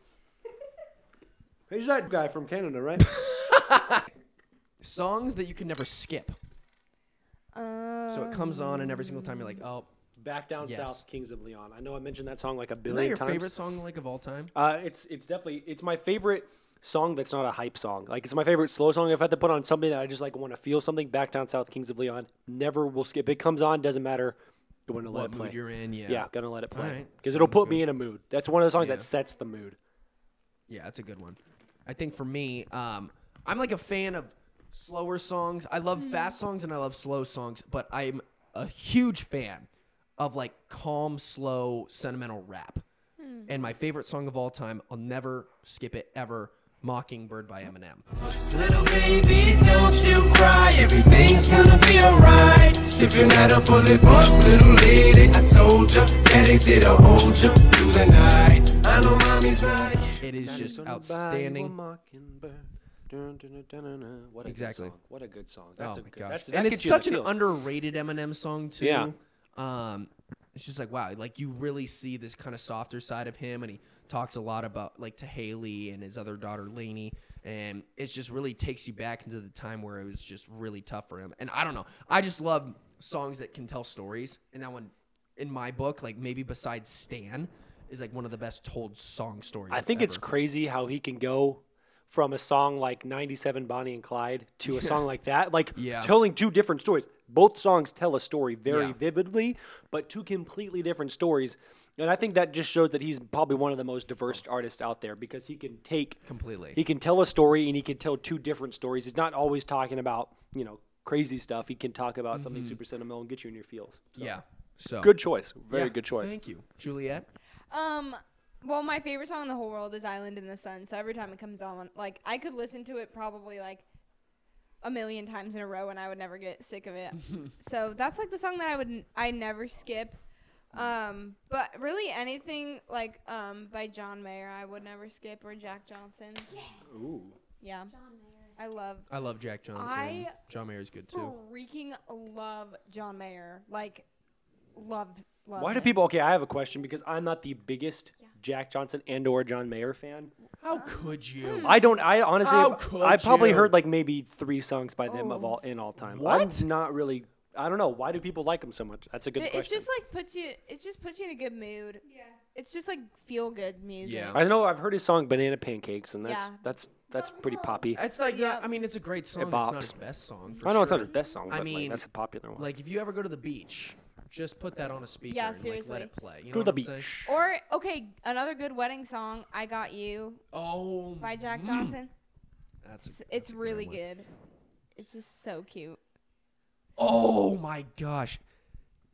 Speaker 6: He's that guy from Canada, right?
Speaker 3: Songs that you can never skip.
Speaker 7: Uh,
Speaker 3: So it comes on, and every single time you're like, oh,
Speaker 6: Back down
Speaker 3: Yes.
Speaker 6: south, Kings of Leon. I know I mentioned that song like a
Speaker 3: isn't that
Speaker 6: billion
Speaker 3: your
Speaker 6: times.
Speaker 3: favorite song like of all time?
Speaker 6: Uh, it's it's definitely it's my favorite song that's not a hype song. Like it's my favorite slow song. If I had to put on something that I just like want to feel something, back down south, Kings of Leon. Never will skip. It comes on, doesn't matter. Going to let
Speaker 3: what
Speaker 6: it play.
Speaker 3: mood you're in. Yeah.
Speaker 6: yeah. gonna let it play
Speaker 3: right. Mm-hmm.
Speaker 6: because it'll put me in a mood. That's one of the songs
Speaker 3: Yeah.
Speaker 6: that sets the mood.
Speaker 3: Yeah, it's a good one. I think for me, um, I'm like a fan of slower songs. I love fast songs and I love slow songs, but I'm a huge fan of like calm, slow, sentimental rap. And my favorite song of all time, I'll never skip it ever, Mockingbird by Eminem.
Speaker 9: Little baby, don't you cry. Everything's gonna be alright. If you're not a bullet bump, little lady, I told ya. Daddy's here to hold ya through the night. I know mommy's right.
Speaker 3: It is just
Speaker 6: Gonna buy you a
Speaker 3: outstanding.
Speaker 6: mockingbird. Dun, dun, dun, dun, dun. What a
Speaker 3: Exactly.
Speaker 6: Good song. What a good song.
Speaker 3: Oh
Speaker 6: That's a
Speaker 3: my
Speaker 6: good.
Speaker 3: gosh.
Speaker 6: That's, that
Speaker 3: and
Speaker 6: gets
Speaker 3: it's
Speaker 6: you in the
Speaker 3: such an
Speaker 6: feeling.
Speaker 3: underrated Eminem song too.
Speaker 6: Yeah.
Speaker 3: Um, it's just like wow, like you really see this kind of softer side of him, and he talks a lot about like to Haley and his other daughter Lainey, and it just really takes you back into the time where it was just really tough for him. And I don't know, I just love songs that can tell stories, and that one in my book, like maybe besides Stan, is like one of the best told song stories.
Speaker 6: I think it's
Speaker 3: ever.
Speaker 6: crazy how he can go from a song like 97 Bonnie and Clyde
Speaker 3: *laughs*
Speaker 6: to a song like that, like
Speaker 3: Yeah.
Speaker 6: telling two different stories. Both songs tell a story very
Speaker 3: Yeah.
Speaker 6: vividly, but two completely different stories. And I think that just shows that he's probably one of the most diverse artists out there because he can take
Speaker 3: Completely.
Speaker 6: He can tell a story and he can tell two different stories. He's not always talking about, you know, crazy stuff. He can talk about
Speaker 3: Mm-hmm.
Speaker 6: something super sentimental and get you in your feels.
Speaker 3: yeah. So
Speaker 6: Good choice. Very
Speaker 3: Yeah,
Speaker 6: good choice.
Speaker 3: Thank you, Juliet.
Speaker 7: um, well, my favorite song in the whole world is Island in the Sun. So every time it comes on, like I could listen to it probably like a million times in a row and I would never get sick
Speaker 6: *laughs*
Speaker 7: of it. so that's like the song that I would n- I never skip. Um, but really anything like um by John Mayer I would never skip or Jack Johnson. Yeah. I love
Speaker 3: I love Jack Johnson.
Speaker 7: I Oh,
Speaker 3: John Mayer's good too.
Speaker 7: freaking love John Mayer. Like
Speaker 10: love love.
Speaker 6: Why do
Speaker 10: it.
Speaker 6: people? Okay, I have a question because I'm not the biggest Jack Johnson and/or John Mayer fan.
Speaker 7: uh,
Speaker 3: How could
Speaker 7: hmm.
Speaker 3: you?
Speaker 6: I don't. I honestly,
Speaker 3: How could
Speaker 6: I probably
Speaker 3: you? Oh.
Speaker 6: heard like maybe three songs by them of all in all time.
Speaker 3: What?
Speaker 6: I'm not really. I don't know. Why do people like them so much? That's a good
Speaker 7: It,
Speaker 6: question.
Speaker 7: it's just like puts you. It just puts you in a good mood. Yeah. It's just like feel good music.
Speaker 3: Yeah.
Speaker 6: I know I've heard his song "Banana Pancakes" and that's
Speaker 7: Yeah.
Speaker 6: that's that's pretty
Speaker 3: Oh.
Speaker 6: poppy.
Speaker 3: It's like
Speaker 7: Yeah.
Speaker 3: I mean, it's a great song. It's
Speaker 6: bops.
Speaker 3: not his best song. For
Speaker 6: I know it's
Speaker 3: sure.
Speaker 6: not his best song, but
Speaker 3: I
Speaker 6: like,
Speaker 3: mean,
Speaker 6: that's a popular one.
Speaker 3: Like if you ever go to the beach, just put that on a speaker
Speaker 7: Yeah,
Speaker 3: and like, let
Speaker 7: seriously.
Speaker 3: it play. You know
Speaker 6: to
Speaker 3: what
Speaker 6: the
Speaker 3: I'm
Speaker 6: beach.
Speaker 3: saying?
Speaker 7: Or okay, another good wedding song, "I Got You"
Speaker 3: Oh,
Speaker 7: by Jack Johnson.
Speaker 3: that's
Speaker 7: It's,
Speaker 3: a,
Speaker 7: it's
Speaker 3: that's a
Speaker 7: really
Speaker 3: one.
Speaker 7: good. It's just so cute.
Speaker 3: Oh my gosh.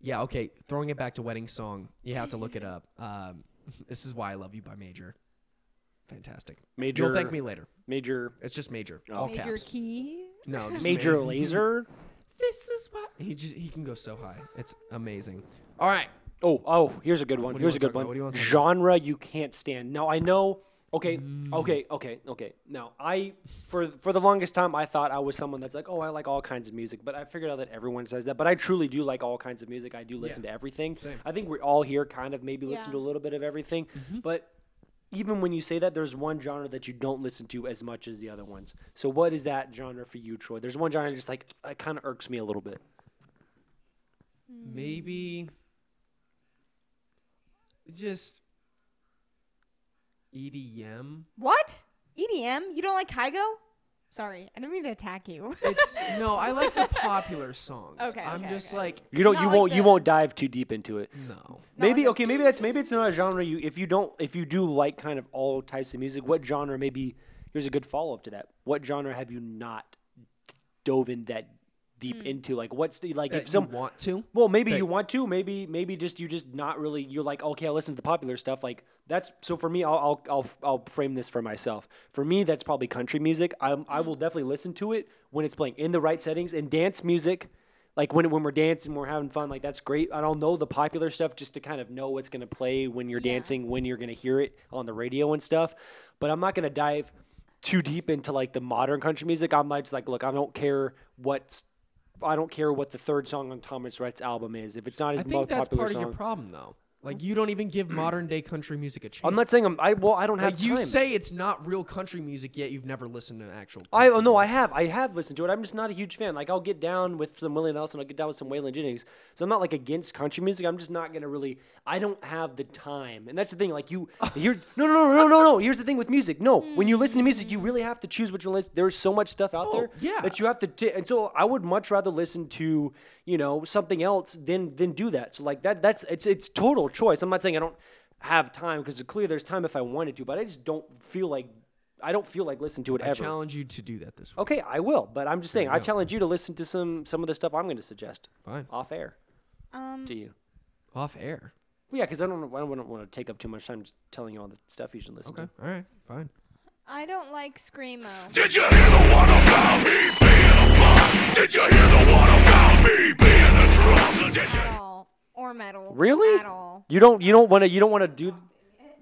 Speaker 3: Yeah, okay. Throwing it back to wedding song. You have to look it
Speaker 7: *laughs*
Speaker 3: up. Um, *laughs* this is why I love you by Major. Fantastic.
Speaker 6: Major.
Speaker 3: You'll thank me later.
Speaker 6: Major.
Speaker 3: It's just Major. All
Speaker 7: Major
Speaker 3: caps.
Speaker 7: Key. *laughs*
Speaker 3: No, just
Speaker 6: Major
Speaker 3: *laughs* Ma-
Speaker 6: Laser.
Speaker 3: This is why he just he can go so high. It's amazing. All right.
Speaker 6: Oh, oh, here's a good one.
Speaker 3: What do you
Speaker 6: Here's a
Speaker 3: wanna
Speaker 6: good
Speaker 3: talk about?
Speaker 6: one.
Speaker 3: What do you wanna talk about? Mm.
Speaker 6: Genre you can't stand. Now I know. Okay, okay, okay, okay. Now I, for for the longest time, I thought I was someone that's like, oh, I like all kinds of music. But I figured out that everyone says that. But I truly do like all kinds of music. I do listen
Speaker 3: Yeah,
Speaker 6: to everything.
Speaker 3: same. Mm-hmm.
Speaker 6: I think we're all here kind of maybe listen
Speaker 7: Yeah.
Speaker 6: to a little bit of everything. But even when you say that, there's one genre that you don't listen to as much as the other ones. So what is that genre for you, Troy? There's one genre that just like it kind of irks me a little bit.
Speaker 3: Maybe just E EDM.
Speaker 7: What? EDM? You don't like Kygo? Sorry, I didn't mean to attack you.
Speaker 3: It's no, I like the popular songs.
Speaker 7: *laughs* Okay,
Speaker 3: I'm
Speaker 7: okay,
Speaker 3: just
Speaker 7: okay.
Speaker 3: like
Speaker 6: You don't.
Speaker 7: Not
Speaker 6: you
Speaker 7: like
Speaker 6: won't. you
Speaker 7: the-
Speaker 6: won't dive too deep into it.
Speaker 3: no.
Speaker 6: Maybe
Speaker 7: like
Speaker 6: okay. Maybe that's maybe it's not a genre. You if you don't if you do like kind of all types of music, what genre? Maybe here's a good follow up to that. What genre have you not dove in that
Speaker 7: Hmm.
Speaker 6: deep into? Like what's the like
Speaker 3: That
Speaker 6: if some
Speaker 3: you want to?
Speaker 6: well maybe
Speaker 3: that-
Speaker 6: you want to maybe maybe just you just not really you're like okay I listen to the popular stuff like that's so for me I'll I'll I'll, I'll frame this for myself. For me that's probably country music. I I will definitely listen to it when it's playing in the right settings and dance music like when when we're dancing, we're having fun. Like that's great. I don't know the popular stuff just to kind of know what's gonna play when you're dancing, when you're gonna hear it on the radio and stuff. But I'm not gonna dive too deep into like the modern country music. I'm like, just like, look, I don't care what's I don't care what the third song on Thomas Rhett's album is. If it's not
Speaker 3: I
Speaker 6: his
Speaker 3: think
Speaker 6: most
Speaker 3: that's
Speaker 6: popular
Speaker 3: part
Speaker 6: song,
Speaker 3: of your problem though. Like you don't even give modern day country music a chance.
Speaker 6: I'm not saying I'm. I well, I don't have
Speaker 3: Like you
Speaker 6: time.
Speaker 3: say it's not real country music yet you've never listened to actual
Speaker 6: I oh,
Speaker 3: country
Speaker 6: no, I
Speaker 3: music.
Speaker 6: have, I have listened to it. I'm just not a huge fan. Like I'll get down with some Willie Nelson, I'll get down with some Waylon Jennings. So I'm not like against country music. I'm just not gonna really. I don't have the time, and that's the thing. Like
Speaker 3: *laughs*
Speaker 6: you, here, no, no, no, no, no, no. Here's the thing with music. No, when you listen to music, you really have to choose what you listen. There's so much stuff out there
Speaker 3: Mm. Oh, yeah.
Speaker 6: that you have to. T- and so I would much rather listen to you know something else than than do that. So like that, that's it's it's total choice. I'm not saying I don't have time because clearly there's time if I wanted to, but I just don't feel like. I don't feel like listening to it
Speaker 3: I
Speaker 6: ever.
Speaker 3: challenge you to do that this week.
Speaker 6: Okay, I will, but I'm just saying. I challenge you to listen to some some of the stuff I'm going to suggest
Speaker 3: Fine.
Speaker 6: off air
Speaker 7: Um,
Speaker 6: to you.
Speaker 3: Off air.
Speaker 6: Well, yeah, because I don't I don't want to take up too much time just telling you all the stuff you should listen
Speaker 3: Okay.
Speaker 6: to.
Speaker 3: All right. Fine.
Speaker 7: *laughs* I don't like screamo.
Speaker 1: Did you hear the one about me being a bum? Did you hear the one about me being a drunk? Did you?
Speaker 7: at all or metal
Speaker 6: Really?
Speaker 7: at all.
Speaker 6: You don't you don't want to you don't want to do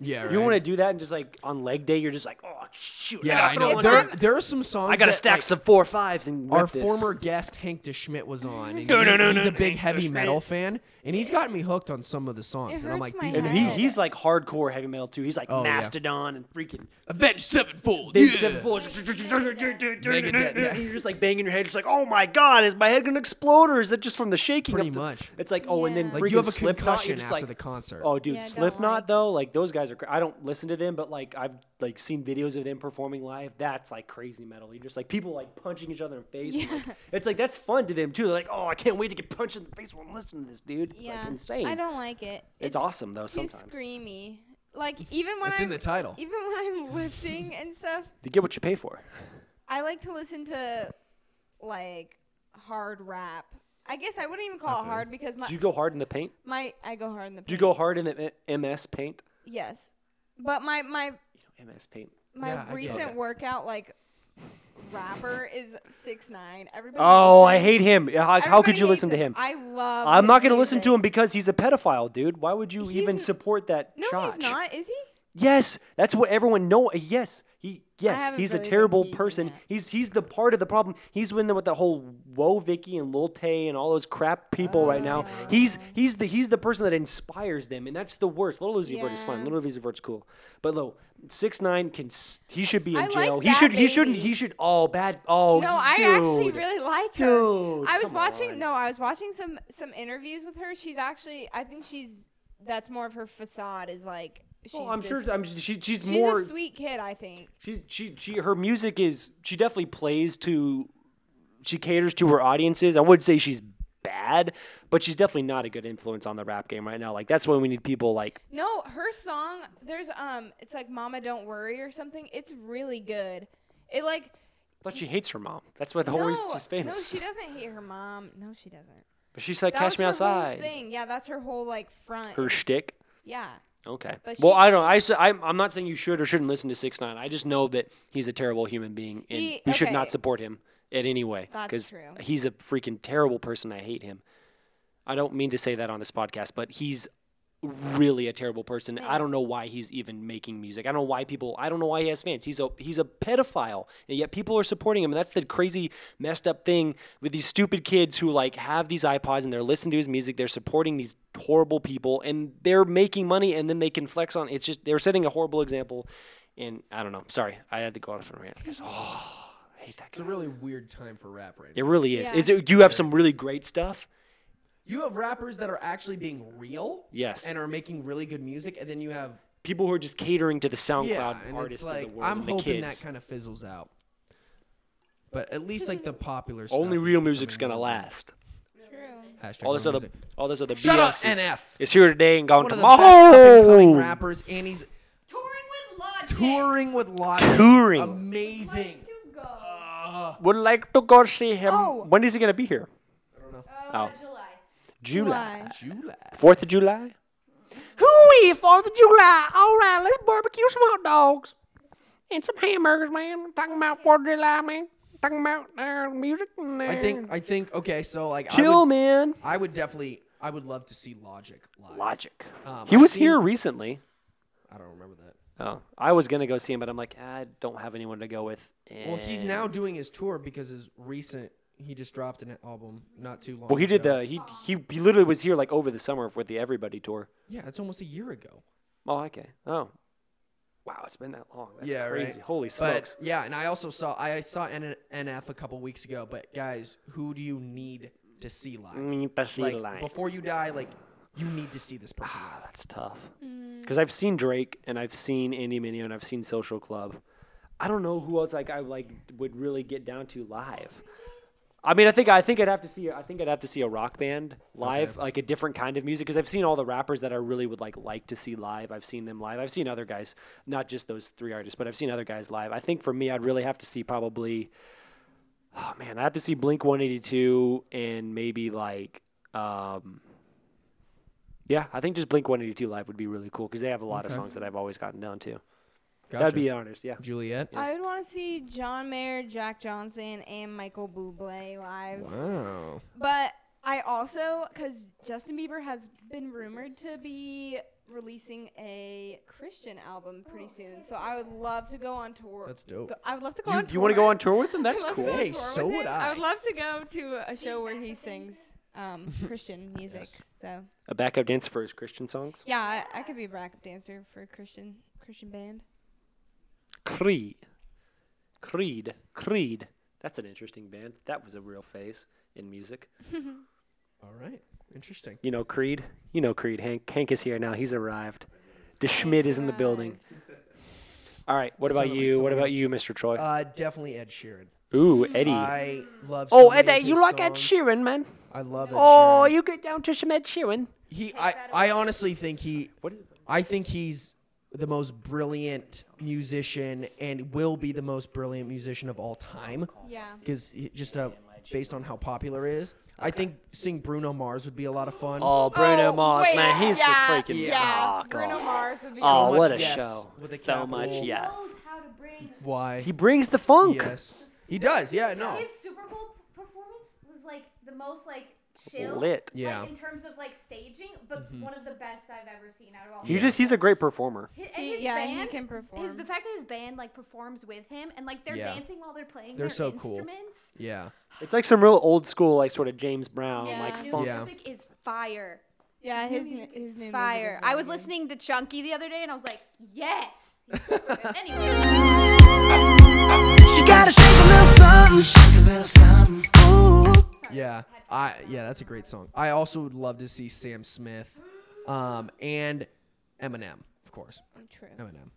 Speaker 3: Yeah.
Speaker 6: you want to do that and just like on leg day you're just like oh shoot
Speaker 3: Yeah,
Speaker 6: I
Speaker 3: I
Speaker 6: gotta,
Speaker 3: know.
Speaker 6: throw
Speaker 3: There,
Speaker 6: one-
Speaker 3: there are some songs.
Speaker 6: I gotta
Speaker 3: that,
Speaker 6: stack
Speaker 3: like,
Speaker 6: some four fives and
Speaker 3: Our
Speaker 6: rip this.
Speaker 3: former guest Hank DeSchmidt was on. And he- he's a big heavy metal fan, and he's gotten me hooked on some of the songs. and I'm
Speaker 7: hurts
Speaker 3: like,
Speaker 7: my
Speaker 3: these
Speaker 6: and
Speaker 3: are
Speaker 6: he,
Speaker 7: head.
Speaker 6: he's like hardcore heavy metal too. He's like
Speaker 3: Oh, yeah.
Speaker 6: Mastodon and freaking
Speaker 3: Avenged Sevenfold.
Speaker 6: Big
Speaker 3: yeah.
Speaker 6: seven floors.
Speaker 3: Megadeth, yeah.
Speaker 6: You're just like banging your head. Just like, oh my god, is my head gonna explode or is it just from the shaking?
Speaker 3: Pretty
Speaker 6: of the-"
Speaker 3: much.
Speaker 6: It's like, oh, and then
Speaker 3: Like you have a
Speaker 6: freaking Slipknot,
Speaker 3: concussion
Speaker 6: you're just like,
Speaker 3: after the concert.
Speaker 6: Oh, dude,
Speaker 7: Yeah, I don't
Speaker 6: Slipknot
Speaker 7: like-
Speaker 6: though, like those guys are. cra- I don't listen to them, but like I've like seen videos of them performing live. That's like crazy metal. You just like people like punching each other in the face. and, like, it's like that's fun to them too. They're like, oh, I can't wait to get punched in the face while I'm listening to this dude. It's
Speaker 7: yeah,
Speaker 6: like insane.
Speaker 7: I don't like it.
Speaker 6: It's awesome, though,
Speaker 7: Too
Speaker 6: sometimes.
Speaker 7: screamy. Like even when
Speaker 3: It's
Speaker 7: I'm,
Speaker 3: in the title.
Speaker 7: Even when I'm *laughs* lifting and stuff,
Speaker 6: You get what you pay for.
Speaker 7: I like to listen to like hard rap. I guess I wouldn't even call it hard because my
Speaker 6: Do you go hard in the paint?
Speaker 7: my I go hard in the.
Speaker 6: Do you go hard in the M- MS paint?
Speaker 7: Yes, but my my
Speaker 6: MS paint.
Speaker 7: my
Speaker 3: Yeah, I get
Speaker 7: recent
Speaker 3: it.
Speaker 7: workout like rapper is six nine. Everybody.
Speaker 6: Oh, I
Speaker 7: hates him.
Speaker 6: hate him. How, how could
Speaker 7: Everybody
Speaker 6: you listen
Speaker 7: hates
Speaker 6: to him?
Speaker 7: I love.
Speaker 6: I'm not
Speaker 7: his
Speaker 6: going to listen to
Speaker 7: music.
Speaker 6: him because he's a pedophile, dude. Why would you
Speaker 7: He's
Speaker 6: even
Speaker 7: n-
Speaker 6: support that
Speaker 7: No,
Speaker 6: chotch?
Speaker 7: he's not. Is he?
Speaker 6: Yes, that's what everyone know. Yes, He yes,
Speaker 7: haven't
Speaker 6: he's
Speaker 7: really
Speaker 6: a
Speaker 7: been
Speaker 6: terrible
Speaker 7: keeping
Speaker 6: person.
Speaker 7: up.
Speaker 6: He's he's the part of the problem. He's winning with the whole Whoa Vicky and Lil Tay and all those crap people right now.
Speaker 7: Oh,
Speaker 6: He's he's the he's the person that inspires them, and that's the worst. Little Uzi Vert is fine.
Speaker 7: Yeah.
Speaker 6: Little Uzi Vert's cool, but low six nine can s- he should be in
Speaker 7: I like
Speaker 6: jail. he
Speaker 7: that
Speaker 6: should he shouldn't
Speaker 7: baby.
Speaker 6: he should oh bad oh
Speaker 7: No, I actually
Speaker 6: dude.
Speaker 7: really like her.
Speaker 6: Dude,
Speaker 7: I was
Speaker 6: come
Speaker 7: watching
Speaker 6: on.
Speaker 7: no, I was watching some some interviews with her. She's actually I think she's that's more of her facade is like she's
Speaker 6: Well, Oh, I'm sure
Speaker 7: this-
Speaker 6: I'm, she, she's,
Speaker 7: she's
Speaker 6: more
Speaker 7: a sweet kid, I think.
Speaker 6: She's she she her music is she definitely plays to she caters to her audiences. I would say she's bad, but she's definitely not a good influence on the rap game right now. Like that's why we need people like
Speaker 7: No, her song there's um it's like Mama Don't Worry or something. It's really good. It like
Speaker 6: but she hates her mom. That's why the whole
Speaker 7: no,
Speaker 6: reason she's famous.
Speaker 7: no, she doesn't hate her mom. No, she doesn't.
Speaker 6: But she's like
Speaker 7: That
Speaker 6: catch
Speaker 7: was
Speaker 6: me
Speaker 7: her
Speaker 6: outside.
Speaker 7: Whole thing. Yeah, that's her whole like front.
Speaker 6: Her
Speaker 7: is-
Speaker 6: shtick.
Speaker 7: yeah.
Speaker 6: Okay.
Speaker 7: But
Speaker 6: well,
Speaker 7: she-
Speaker 6: I don't. I s- I'm, I'm not saying you should or shouldn't listen to Six Nine. I just know that he's a terrible human being, and
Speaker 7: He-
Speaker 6: we should not
Speaker 7: okay.
Speaker 6: support him in any way.
Speaker 7: That's
Speaker 6: 'cause
Speaker 7: true.
Speaker 6: He's a freaking terrible person. I hate him. I don't mean to say that on this podcast, but he's really a terrible person. I don't know why he's even making music. I don't know why people. I don't know why he has fans. He's a he's a pedophile, and yet people are supporting him. And that's the crazy, messed up thing with these stupid kids who like have these iPods and they're listening to his music. They're supporting these horrible people, and they're making money, and then they can flex on. It's just they're setting a horrible example. And I don't know. Sorry, I had to go off on a rant. 'cause, Oh, I hate that
Speaker 3: It's a
Speaker 6: guy.
Speaker 3: really weird time for rap right now.
Speaker 6: It really is.
Speaker 7: Yeah.
Speaker 6: Is it? You have some really great stuff.
Speaker 3: You have rappers that are actually being real
Speaker 6: Yes.
Speaker 3: and are making really good music, and then you have
Speaker 6: people who are just catering to the SoundCloud
Speaker 3: yeah, and it's
Speaker 6: artists
Speaker 3: like
Speaker 6: of the world.
Speaker 3: I'm
Speaker 6: and the
Speaker 3: hoping
Speaker 6: kids.
Speaker 3: that kind of fizzles out. But at least like the popular stuff
Speaker 6: Only
Speaker 3: is
Speaker 6: real music's gonna
Speaker 3: becoming
Speaker 6: last.
Speaker 3: more- Hashtag
Speaker 6: All this
Speaker 3: real
Speaker 6: other,
Speaker 3: music.
Speaker 6: all this other
Speaker 3: Shut
Speaker 6: BS
Speaker 3: up,
Speaker 6: is,
Speaker 3: NF.
Speaker 6: is here today and gone
Speaker 3: One of the best up-and-coming
Speaker 6: tomorrow.
Speaker 3: rappers, and he's
Speaker 10: Touring with Logic.
Speaker 3: touring with Logic.
Speaker 6: Touring.
Speaker 3: Amazing.
Speaker 10: To go.
Speaker 6: Oh, Would like to go see him.
Speaker 7: Oh.
Speaker 6: When is he gonna be here?
Speaker 3: I don't know.
Speaker 10: Uh,
Speaker 6: Oh.
Speaker 10: July.
Speaker 6: July.
Speaker 3: July.
Speaker 6: Fourth of July. Hooey! Fourth of July. All right, let's barbecue some hot dogs and some hamburgers, man. We're talking about Fourth of July, man. Talking about uh, music. And, uh,
Speaker 3: I think. I think. Okay, so like, I
Speaker 6: Chill,
Speaker 3: would,
Speaker 6: man.
Speaker 3: I would definitely. I would love to see Logic live.
Speaker 6: Logic.
Speaker 3: Um,
Speaker 6: he
Speaker 3: I've
Speaker 6: was here
Speaker 3: seen-
Speaker 6: recently.
Speaker 3: I don't remember that.
Speaker 6: Oh, I was gonna go see him, but I'm like, "Ah, I don't have anyone to go with.
Speaker 3: Well, he's
Speaker 6: and-
Speaker 3: now doing his tour because his recent he just dropped an album not too long.
Speaker 6: Well, he did
Speaker 3: ago.
Speaker 6: the he he he literally was here like over the summer for the Everybody tour.
Speaker 3: Yeah, it's almost a year ago.
Speaker 6: Oh, okay. Oh, wow, it's been that long. That's
Speaker 3: yeah,
Speaker 6: crazy.
Speaker 3: right.
Speaker 6: Holy
Speaker 3: But,
Speaker 6: smokes!
Speaker 3: yeah, and I also saw I saw N- NF a couple weeks ago. But guys, who do you need to see live?
Speaker 6: Need to see
Speaker 3: like,
Speaker 6: live.
Speaker 3: Before you die, like you need to see this person
Speaker 6: Ah,
Speaker 3: live.
Speaker 6: that's tough. Because I've seen Drake and I've seen Andy Mineo and I've seen Social Club. I don't know who else like I like would really get down to live. I mean, I think I think I'd have to see I think I'd have to see a rock band live, like a different kind of music. Because I've seen all the rappers that I really would like like to see live. I've seen them live. I've seen other guys, not just those three artists, but I've seen other guys live. I think for me, I'd really have to see probably. Oh man, I have to see Blink One Eighty Two and maybe like. um yeah, I think just Blink 182 live would be really cool because they have a lot of songs that I've always gotten down to. That'd be honest, yeah.
Speaker 3: Juliet.
Speaker 7: I would want to see John Mayer, Jack Johnson, and Michael Bublé live.
Speaker 3: Wow.
Speaker 7: But I also, because Justin Bieber has been rumored to be releasing a Christian album pretty soon, so I would love to go on tour.
Speaker 3: That's dope.
Speaker 7: Go, I would love to go
Speaker 6: You,
Speaker 7: on.
Speaker 6: you want to go
Speaker 7: tour.
Speaker 6: on tour with *laughs* them? That's
Speaker 7: I'd love to
Speaker 6: cool.
Speaker 7: go on
Speaker 3: Hey,
Speaker 7: tour with
Speaker 3: so would
Speaker 7: him.
Speaker 3: I.
Speaker 7: I would love to go to a show where he sings
Speaker 6: *laughs*
Speaker 7: um, Christian music. So
Speaker 6: A backup dancer for his Christian songs.
Speaker 7: yeah, I, I could be a backup dancer for a Christian Christian band.
Speaker 6: Creed. Creed. Creed. That's an interesting band. That was a real phase in music.
Speaker 3: All right. Interesting.
Speaker 6: You know Creed? You know Creed. Hank Hank is here now. He's arrived. De Schmidt is in the building. All right, what about
Speaker 3: sounded like
Speaker 6: you? What
Speaker 3: someone
Speaker 6: about
Speaker 3: else.
Speaker 6: you, Mr. Troy?
Speaker 3: Uh, definitely Ed Sheeran.
Speaker 6: Ooh, Eddie.
Speaker 3: I love. so
Speaker 6: oh,
Speaker 3: many of
Speaker 6: Eddie, you
Speaker 3: his
Speaker 6: like Ed
Speaker 3: songs.
Speaker 6: Sheeran, man.
Speaker 3: I love
Speaker 6: Oh,
Speaker 3: Ed Sheeran.
Speaker 6: you get down to some Ed Sheeran.
Speaker 3: He, I, I honestly think he,
Speaker 6: What is-
Speaker 3: I think he's the most brilliant musician and will be the most brilliant musician of all time
Speaker 7: Yeah.
Speaker 3: because just uh, based on how popular it is. I think seeing Bruno Mars would be a lot of fun.
Speaker 6: Oh, Bruno
Speaker 7: Oh,
Speaker 6: Mars,
Speaker 7: wait,
Speaker 6: man, he's
Speaker 7: yeah,
Speaker 6: just freaking
Speaker 7: Yeah,
Speaker 6: Oh,
Speaker 7: Bruno
Speaker 6: God.
Speaker 7: Mars would be.
Speaker 3: So
Speaker 6: Oh,
Speaker 3: much
Speaker 6: what a
Speaker 3: yes
Speaker 6: show!
Speaker 3: with a
Speaker 6: so much
Speaker 3: capital.
Speaker 6: yes.
Speaker 10: Knows how to bring.
Speaker 3: Why?
Speaker 6: He brings the funk.
Speaker 3: yes, he does. Yeah, no.
Speaker 10: His Super Bowl p- performance was like the most like chill.
Speaker 6: lit.
Speaker 10: like,
Speaker 3: Yeah. Mm-hmm.
Speaker 10: in terms of like staging, but one of the best I've ever seen out of all.
Speaker 6: He just he's a great performer.
Speaker 10: His, and
Speaker 7: He-
Speaker 10: his
Speaker 7: yeah,
Speaker 10: band,
Speaker 7: he can perform.
Speaker 10: His, the fact that his band like performs with him and like they're
Speaker 3: Yeah.
Speaker 10: dancing while they're playing
Speaker 3: They're
Speaker 10: their
Speaker 3: so cool.
Speaker 10: instruments.
Speaker 3: Yeah.
Speaker 6: It's like some real old school like sort of James Brown
Speaker 7: Yeah.
Speaker 6: like
Speaker 7: Dude.
Speaker 6: funk.
Speaker 3: Yeah.
Speaker 10: Music is fire.
Speaker 7: yeah, his
Speaker 10: His,
Speaker 7: new,
Speaker 10: new
Speaker 7: his new
Speaker 10: music
Speaker 7: music
Speaker 10: is
Speaker 7: is
Speaker 10: fire. I was
Speaker 7: really good.
Speaker 10: listening to Chunky the other day and I was like, yes. He's super
Speaker 3: *laughs*
Speaker 10: good. Anyways,
Speaker 9: She gotta shake a little something, shake a little something. Ooh.
Speaker 3: Yeah, I yeah, that's a great song. I also would love to see Sam Smith, um, and Eminem, of course.
Speaker 7: True.
Speaker 3: Eminem,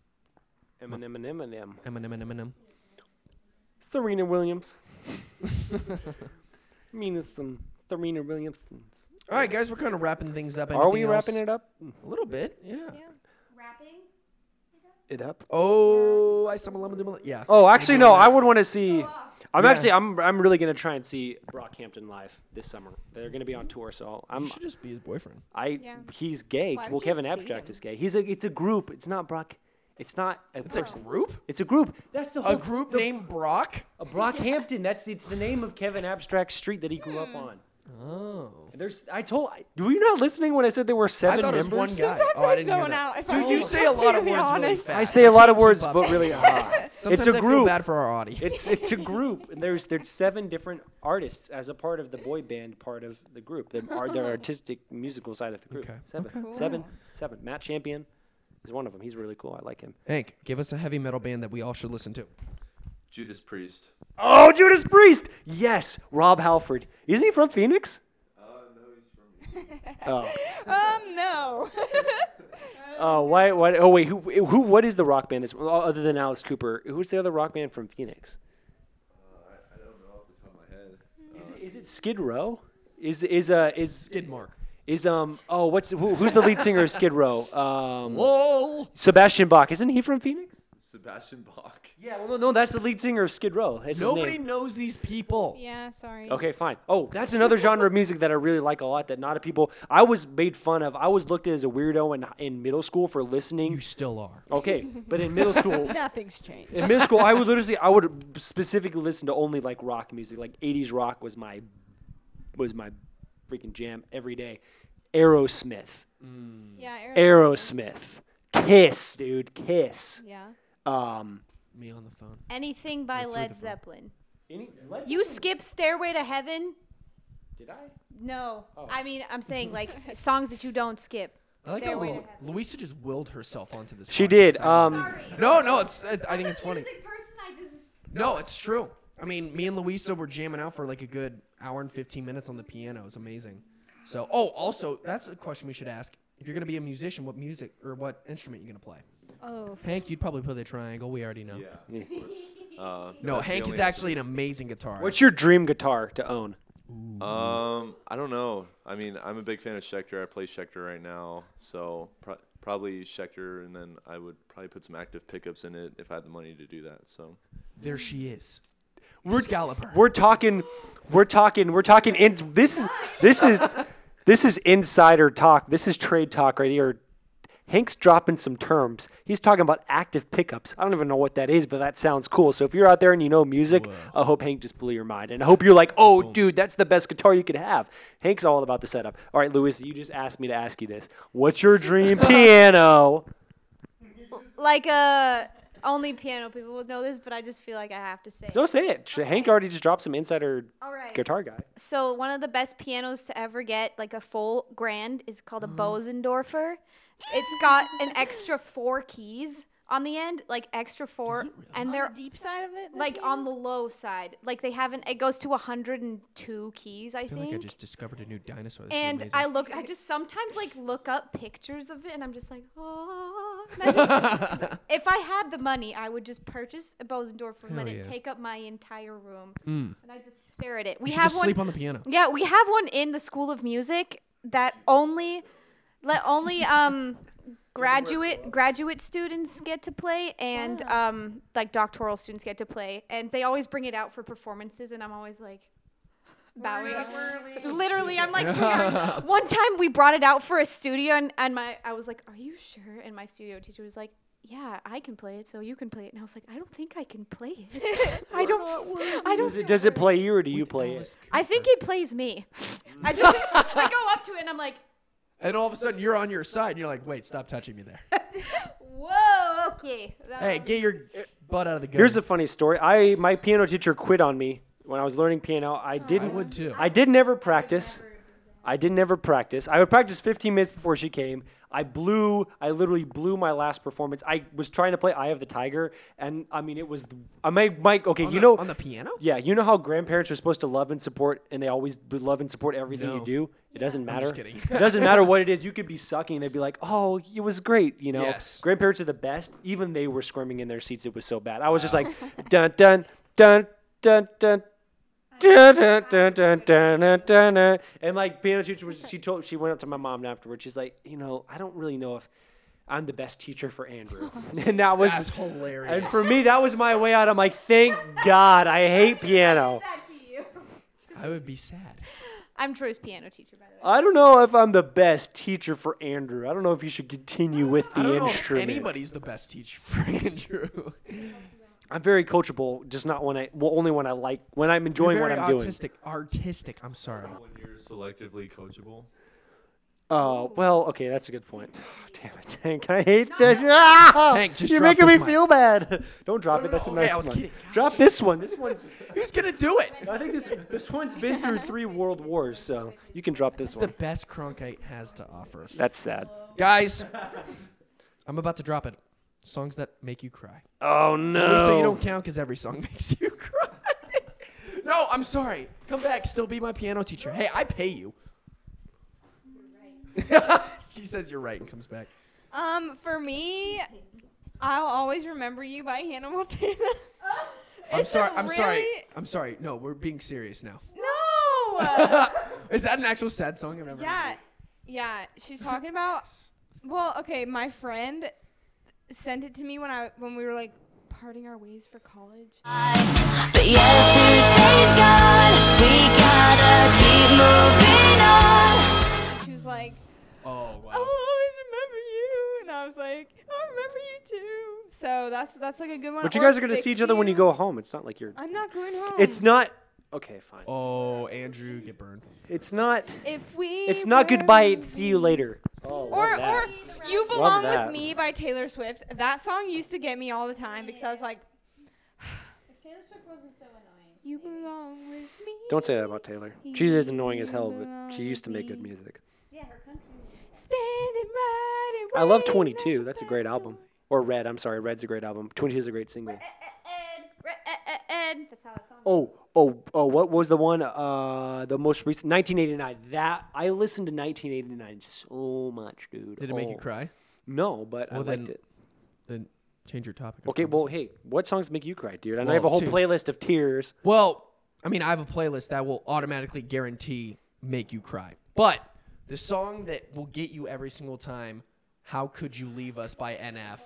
Speaker 6: Eminem and Eminem.
Speaker 3: Eminem, Eminem.
Speaker 6: Serena
Speaker 3: *laughs*
Speaker 6: Williams. Meanest than Serena Williams.
Speaker 3: All right, guys, we're kind of wrapping things up.
Speaker 6: Are we
Speaker 3: Anything else?
Speaker 6: wrapping it up?
Speaker 3: A little bit, yeah.
Speaker 10: rapping.
Speaker 6: It up.
Speaker 3: Oh, I saw Lemon Lemon. Yeah.
Speaker 6: Oh, actually no. I would want to see. I'm
Speaker 3: Yeah.
Speaker 6: actually I'm I'm really gonna try and see Brockhampton live this summer. They're gonna be on tour, so I'm
Speaker 3: should just be his boyfriend.
Speaker 6: I
Speaker 7: Yeah.
Speaker 6: he's gay.
Speaker 7: Why
Speaker 6: well,
Speaker 7: would you
Speaker 6: Kevin
Speaker 7: date
Speaker 6: Abstract
Speaker 7: him?
Speaker 6: is gay. He's a it's a group. It's not Brock. It's not a
Speaker 3: It's a
Speaker 6: person.
Speaker 3: group.
Speaker 6: It's a group. That's the whole
Speaker 3: A group named Brock.
Speaker 6: A Brockhampton. That's it's the name of Kevin Abstract's street that he grew up
Speaker 7: Hmm.
Speaker 6: on.
Speaker 3: Oh.
Speaker 6: There's I told were you not listening when I said there were
Speaker 3: I
Speaker 6: seven
Speaker 3: thought it was
Speaker 6: members?
Speaker 3: one guy.
Speaker 7: Sometimes
Speaker 3: Oh,
Speaker 7: I
Speaker 3: I didn't hear
Speaker 7: zone
Speaker 3: that.
Speaker 7: out if
Speaker 3: Dude,
Speaker 7: I'm
Speaker 3: you say a lot of
Speaker 7: completely
Speaker 3: words really
Speaker 7: honest.
Speaker 3: fast.
Speaker 6: I say a lot of
Speaker 3: can't
Speaker 6: words,
Speaker 3: keep up.
Speaker 6: but
Speaker 3: *laughs*
Speaker 6: really hard.
Speaker 3: Sometimes
Speaker 6: it's a
Speaker 3: I
Speaker 6: group.
Speaker 3: Feel bad for our audience.
Speaker 6: It's it's a group. and There's there's seven different artists as a part of the boy band part of the group. The are
Speaker 3: *laughs*
Speaker 6: their artistic musical side of the group.
Speaker 3: Okay,
Speaker 6: Seven, seven, seven. Matt Champion is one of them. He's really cool. I like him.
Speaker 3: Hank, give us a heavy metal band that we all should listen to.
Speaker 1: Judas Priest.
Speaker 6: Oh, Judas Priest. Yes, Rob Halford. Isn't he from Phoenix?
Speaker 1: Uh,
Speaker 6: Oh,
Speaker 7: Um, no.
Speaker 6: oh, why, why? Oh, wait. Who, who? What is the rock band? That's, well, other than Alice Cooper, who's the other rock band from Phoenix?
Speaker 1: Uh, I don't know off the top of my head.
Speaker 6: Is it, is it Skid Row? Is is uh is
Speaker 3: Skidmark.
Speaker 6: is um oh what's who, who's the lead singer of Skid Row? Um,
Speaker 3: Whoa.
Speaker 6: Sebastian Bach. Isn't he from Phoenix?
Speaker 1: Sebastian Bach.
Speaker 6: Yeah, well, no, no, that's the lead singer of Skid Row. It's his
Speaker 3: Nobody
Speaker 6: name.
Speaker 3: knows these people.
Speaker 7: yeah, sorry.
Speaker 6: Okay, fine. Oh, that's another genre of music that I really like a lot. That not a people. I was made fun of. I was looked at as a weirdo in in middle school for
Speaker 3: You
Speaker 6: listening.
Speaker 3: still are.
Speaker 6: Okay, but in middle school,
Speaker 7: *laughs* Nothing's changed.
Speaker 6: in middle school, I would literally, I would specifically listen to only like rock music. Like '80s rock was my was my freaking jam every day. Aerosmith,
Speaker 7: Yeah,
Speaker 6: Aerosmith, Kiss, dude, Kiss.
Speaker 7: Yeah.
Speaker 6: Um,
Speaker 3: Me on the phone.
Speaker 10: Anything by Led Zeppelin.
Speaker 6: any, what?
Speaker 10: You skip Stairway to Heaven?
Speaker 6: did I?
Speaker 10: No.
Speaker 3: Oh.
Speaker 10: I mean, I'm saying like
Speaker 7: *laughs*
Speaker 10: songs that you don't skip.
Speaker 3: I like
Speaker 10: Stairway
Speaker 3: how
Speaker 10: to
Speaker 3: Lu-
Speaker 10: Heaven.
Speaker 3: Luisa just willed herself onto this.
Speaker 6: She
Speaker 3: podcast.
Speaker 6: did.
Speaker 3: I love
Speaker 6: Um,
Speaker 3: it. no, no, it's. I I think it's funny.
Speaker 10: Music person, I just
Speaker 3: No, it's true. I mean, me and Luisa were jamming out for like a good hour and 15 minutes on the piano. It's amazing. So, oh, also, that's a question we should ask. If you're going to be a musician, what music or what instrument you going to play?
Speaker 10: oh
Speaker 3: Hank, you'd probably play the triangle. We already know.
Speaker 1: Yeah, of course. Uh,
Speaker 3: No,
Speaker 1: that's the
Speaker 3: Hank
Speaker 1: only
Speaker 3: is actually an amazing guitarist.
Speaker 6: What's your dream guitar to own?
Speaker 1: answer. Um, I don't know. I mean, I'm a big fan of Schecter. I play Schecter right now, so pro- probably Schecter, and then I would probably put some active pickups in it if I had the money to do that. So
Speaker 3: there she is.
Speaker 6: We're-
Speaker 3: Excalibur.
Speaker 6: We're talking, we're talking, we're talking. In, this is this is this is insider talk. This is trade talk right here. Hank's dropping some terms. He's talking about active pickups. I don't even know what that is, but that sounds cool. So if you're out there and you know music, I hope Hank just blew your mind, and I hope you're like, oh, dude, that's the best guitar you could have. Hank's all about the setup. All right, Louis, you just asked me to ask you this. What's your dream
Speaker 10: *laughs*
Speaker 6: piano?
Speaker 10: like uh only piano people would know this, but I just feel like I have to say. it.
Speaker 6: So say it. Sh- Hank already just dropped some insider
Speaker 10: All right.
Speaker 6: guitar guy.
Speaker 10: So one of the best pianos to ever get, like a full grand, is called a
Speaker 7: Mm.
Speaker 10: Bosendorfer. It's got an extra four keys on the end, like extra four, and they're
Speaker 7: Deep side of it?
Speaker 10: like on the low side. Like they haven't. It goes to 102 keys, I,
Speaker 3: I feel
Speaker 10: think.
Speaker 3: like I just discovered a new dinosaur. This is
Speaker 10: and
Speaker 3: amazing.
Speaker 10: I look, I just sometimes like look up pictures of it, and I'm just like,
Speaker 7: *laughs*
Speaker 10: oh. And
Speaker 3: *laughs*
Speaker 10: I just- 'cause *laughs* if I had the money, I would just purchase a Bosendorfer and let
Speaker 3: Hell
Speaker 10: it
Speaker 3: yeah.
Speaker 10: take up my entire room,
Speaker 3: Mm.
Speaker 10: and I just stare at it. We
Speaker 3: You should
Speaker 10: have
Speaker 3: just
Speaker 10: one.
Speaker 3: sleep on the piano.
Speaker 10: Yeah, we have one in the School of Music that only let only um graduate graduate students get to play and um like doctoral students get to play and they always bring it out for performances and I'm always like bowing literally I'm like we are- one time we brought it out for a studio and, and my I was like are you sure and my studio teacher was like yeah, I can play it, so you can play it. And I was like, I don't think I can play it. *laughs* I don't. I
Speaker 6: Does
Speaker 10: don't.
Speaker 6: it, does it play you or do you play it?
Speaker 10: I think he plays me. *laughs* I just I go up to it and I'm like,
Speaker 3: And all of a sudden, you're on your side, and you're like, "Wait, stop touching me *laughs* there."
Speaker 10: whoa, okay. That
Speaker 3: hey, get your butt out of the gutter.
Speaker 6: Here's a funny story. I my piano teacher quit on me when I was learning piano. I
Speaker 3: Oh, I
Speaker 6: didn't.
Speaker 3: would too.
Speaker 6: I did never practice. I did never practice. I would practice 15 minutes before she came. I blew. I literally blew my last performance. I was trying to play "Eye of the Tiger," and I mean, it was. I might, Mike. Okay,
Speaker 3: On
Speaker 6: you
Speaker 3: the-
Speaker 6: know,
Speaker 3: on the piano.
Speaker 6: yeah, you know how grandparents are supposed to love and support, and they always b- love and support everything
Speaker 3: No.
Speaker 6: you do. It doesn't matter.
Speaker 3: just kidding.
Speaker 6: it doesn't matter what it is.
Speaker 3: *laughs*
Speaker 6: You could be sucking, and they'd be like, "Oh, it was great." You know,
Speaker 3: Yes.
Speaker 6: grandparents are the best. Even they were squirming in their seats. It was so bad. I was just like, dun dun dun dun dun. Dun, dun, dun, dun, dun, dun, dun, dun. And like piano teacher was she told she went up to my mom afterwards. She's like, you know, I don't really know if I'm the best teacher for Andrew. *laughs* and that was
Speaker 3: That's hilarious.
Speaker 6: and for me, that was my way out. I'm like, thank God, I hate piano.
Speaker 10: to you.
Speaker 3: I would be sad.
Speaker 10: I'm Troy's piano teacher, by the way.
Speaker 6: I don't know if I'm the best teacher for Andrew. I don't know if you should continue with the
Speaker 3: I don't know if
Speaker 6: instrument.
Speaker 3: anybody's the best teacher for *laughs* Andrew.
Speaker 6: I'm very coachable, just not when I, well, only when I like, when I'm
Speaker 3: You're
Speaker 6: enjoying
Speaker 3: very
Speaker 6: what I'm
Speaker 3: autistic. Artistic. I'm sorry.
Speaker 1: When you're selectively coachable.
Speaker 6: doing. Oh, well, okay, that's a good point. *sighs* damn it, Hank, I hate that. Ah!
Speaker 3: Hank, just
Speaker 6: You're
Speaker 3: drop
Speaker 6: making me
Speaker 3: this mic.
Speaker 6: feel bad. *laughs* Don't drop
Speaker 3: No,
Speaker 6: it.
Speaker 3: no,
Speaker 6: That's
Speaker 3: no,
Speaker 6: a
Speaker 3: okay,
Speaker 6: nice
Speaker 3: I was
Speaker 6: one.
Speaker 3: kidding.
Speaker 6: Drop this one. This one's.
Speaker 3: Who's gonna do it?
Speaker 6: I think this this one's been through three world wars, so you can drop this
Speaker 3: It's the
Speaker 6: one.
Speaker 3: best Cronkite has to offer.
Speaker 6: That's sad.
Speaker 3: Guys, I'm about to drop it. Songs that make you cry.
Speaker 6: Oh no.
Speaker 3: So you don't count because every song *laughs* makes you cry. no, I'm sorry. Come back. Still be my piano teacher. Hey, I pay you. *laughs* she says you're right and comes back.
Speaker 7: Um, for me, I'll always remember you by Hannah Montana.
Speaker 3: I'm
Speaker 7: It's a
Speaker 3: sorry. I'm sorry.
Speaker 7: really-
Speaker 3: I'm sorry. No, we're being serious now.
Speaker 6: *laughs*
Speaker 7: No.
Speaker 3: *laughs* Is that an actual sad song I've ever
Speaker 7: yeah,
Speaker 3: heard?
Speaker 7: yeah. She's talking about. Well, okay. My friend sent it to me when I when we were like parting our ways for college.
Speaker 8: But yesterday's gone. We gotta keep moving on.
Speaker 7: She was like,
Speaker 3: Oh, wow.
Speaker 7: "I'll always remember you," and I was like, "I'll remember you too." So that's that's like a good one.
Speaker 6: But you
Speaker 7: Or
Speaker 6: guys are gonna
Speaker 7: Fix
Speaker 6: see each other when you go home. It's not like you're.
Speaker 7: I'm not going home.
Speaker 6: It's not. Okay, fine.
Speaker 3: Oh, Andrew, get burned.
Speaker 6: It's not.
Speaker 7: If we.
Speaker 6: It's not
Speaker 7: were
Speaker 6: goodbye. It's see you later. Oh,
Speaker 7: Or, or You Belong
Speaker 6: that.
Speaker 7: With Me by Taylor Swift. That song used to get me all the time because I was like, if Taylor Swift wasn't so annoying. You belong with me.
Speaker 6: Don't say that about Taylor. She is annoying as hell, but she used to make good music.
Speaker 7: Standing right and
Speaker 6: I love
Speaker 7: waiting
Speaker 6: 22.
Speaker 7: at
Speaker 6: That's a
Speaker 7: your
Speaker 6: great
Speaker 7: back
Speaker 6: album.
Speaker 7: door.
Speaker 6: Or Red. I'm sorry. Red's a great album. 22 is a great single.
Speaker 10: "Eh, That's how it sounds.
Speaker 6: Oh, oh, oh! What was the one? Uh, the most recent 1989. That I listened to 1989 so much, dude.
Speaker 3: Did it make you
Speaker 6: Oh.
Speaker 3: cry?
Speaker 6: No, but I
Speaker 3: Well, then-
Speaker 6: liked it.
Speaker 3: Then change your topic. I
Speaker 6: Okay,
Speaker 3: promise.
Speaker 6: well, hey, what songs make you cry, dude? And
Speaker 3: Well,
Speaker 6: I have a whole
Speaker 3: two.
Speaker 6: playlist of tears.
Speaker 3: Well, I mean, I have a playlist that will automatically guarantee make you cry. But the song that will get you every single time, How Could You Leave Us by NF.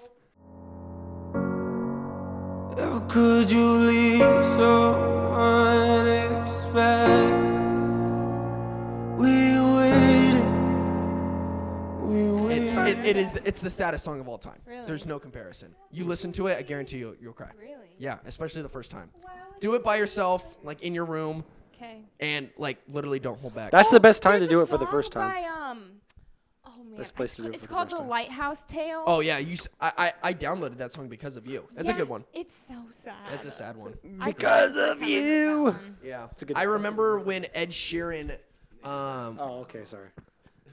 Speaker 9: How could you leave so unexpected? We waited, we waited.
Speaker 3: It's it, it is it's the saddest song of all time. There's no comparison. You listen to it, I guarantee you you'll cry. Really? Yeah, especially the first time. Do it by yourself, like in your room,
Speaker 7: Okay.
Speaker 3: and like literally don't hold back.
Speaker 6: That's the best time to
Speaker 7: There's a
Speaker 6: do it for the
Speaker 7: song
Speaker 6: first time.
Speaker 7: By, um, oh man,
Speaker 6: Best place
Speaker 7: it's
Speaker 6: to
Speaker 7: ca-
Speaker 6: do it
Speaker 7: it's
Speaker 6: for the
Speaker 7: called
Speaker 6: first
Speaker 7: the
Speaker 6: time.
Speaker 7: Lighthouse Tale.
Speaker 3: oh yeah, you. s- I I, I downloaded that song because of you. That's a
Speaker 7: Yeah,
Speaker 3: good one.
Speaker 7: It's so sad.
Speaker 3: That's a sad one.
Speaker 7: because of you.
Speaker 3: Yeah.
Speaker 6: a good-
Speaker 3: I remember when Ed Sheeran, um,
Speaker 6: Oh, okay, sorry.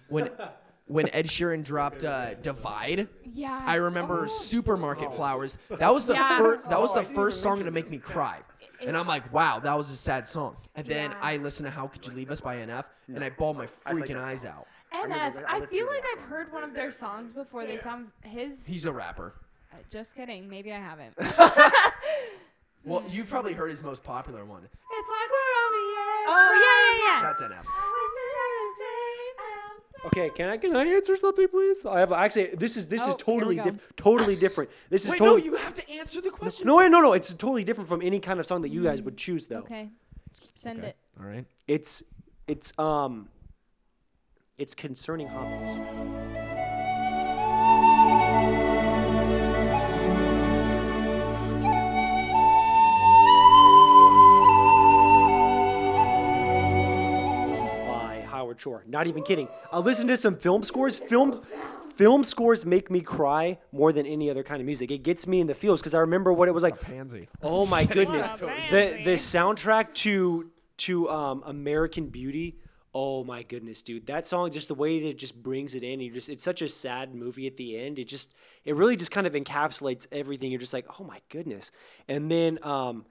Speaker 3: when
Speaker 6: *laughs*
Speaker 3: when Ed Sheeran dropped uh, "Divide."
Speaker 7: Yeah.
Speaker 3: I remember "Supermarket
Speaker 6: Oh.
Speaker 3: Flowers." That was the
Speaker 7: Oh. Yeah. Oh,
Speaker 3: first. That was the first song to make me cry, and I'm like, "Wow, that was a sad song." And then
Speaker 7: Yeah.
Speaker 3: I listened to "How Could You Leave Us" by NF, and I bawled my freaking eyes out.
Speaker 7: NF. I feel like I've heard one of their songs before. They sound his.
Speaker 3: He's a rapper.
Speaker 7: uh, Just kidding. Maybe I
Speaker 10: *laughs*
Speaker 7: haven't.
Speaker 3: Well,
Speaker 6: Mm.
Speaker 3: you've probably heard his most popular one.
Speaker 7: oh yeah, yeah, yeah.
Speaker 3: That's NF.
Speaker 6: Okay, can I can I answer something, please? I have actually this is this
Speaker 7: Oh,
Speaker 6: is
Speaker 7: here we
Speaker 6: totally
Speaker 7: go.
Speaker 6: diff- totally different. This is
Speaker 3: Wait, no,
Speaker 6: totally
Speaker 3: you have to answer the question.
Speaker 6: no, no, no. It's totally different from any kind of song that you guys would choose, though.
Speaker 7: Okay. Send it.
Speaker 3: All right.
Speaker 6: It's it's um it's concerning hobbits. Howard Shore. Not even kidding. I listened to some film scores. Film film scores make me cry more than any other kind of music. It gets me in the feels because I remember what it was like.
Speaker 3: Pansy.
Speaker 6: *laughs* Oh my goodness. The the soundtrack to to um, American Beauty. Oh my goodness, dude. That song just the way that it just brings it in. You just it's such a sad movie at the end. It just it really just kind of encapsulates everything. You're just like, "Oh my goodness." And then um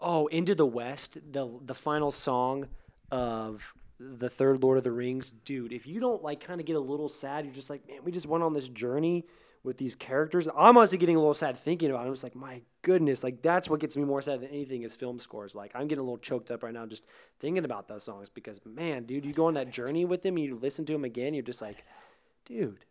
Speaker 6: oh, Into the West, the the final song of the third Lord of the Rings, dude. If you don't like kind of get a little sad, you're just like, man, we just went on this journey with these characters. I'm honestly getting a little sad thinking about it. I'm just like, my goodness, like that's what gets me more sad than anything is film scores. Like I'm getting a little choked up right now just thinking about those songs because man, dude, you go on that journey with them, you listen to them again, you're just like, dude,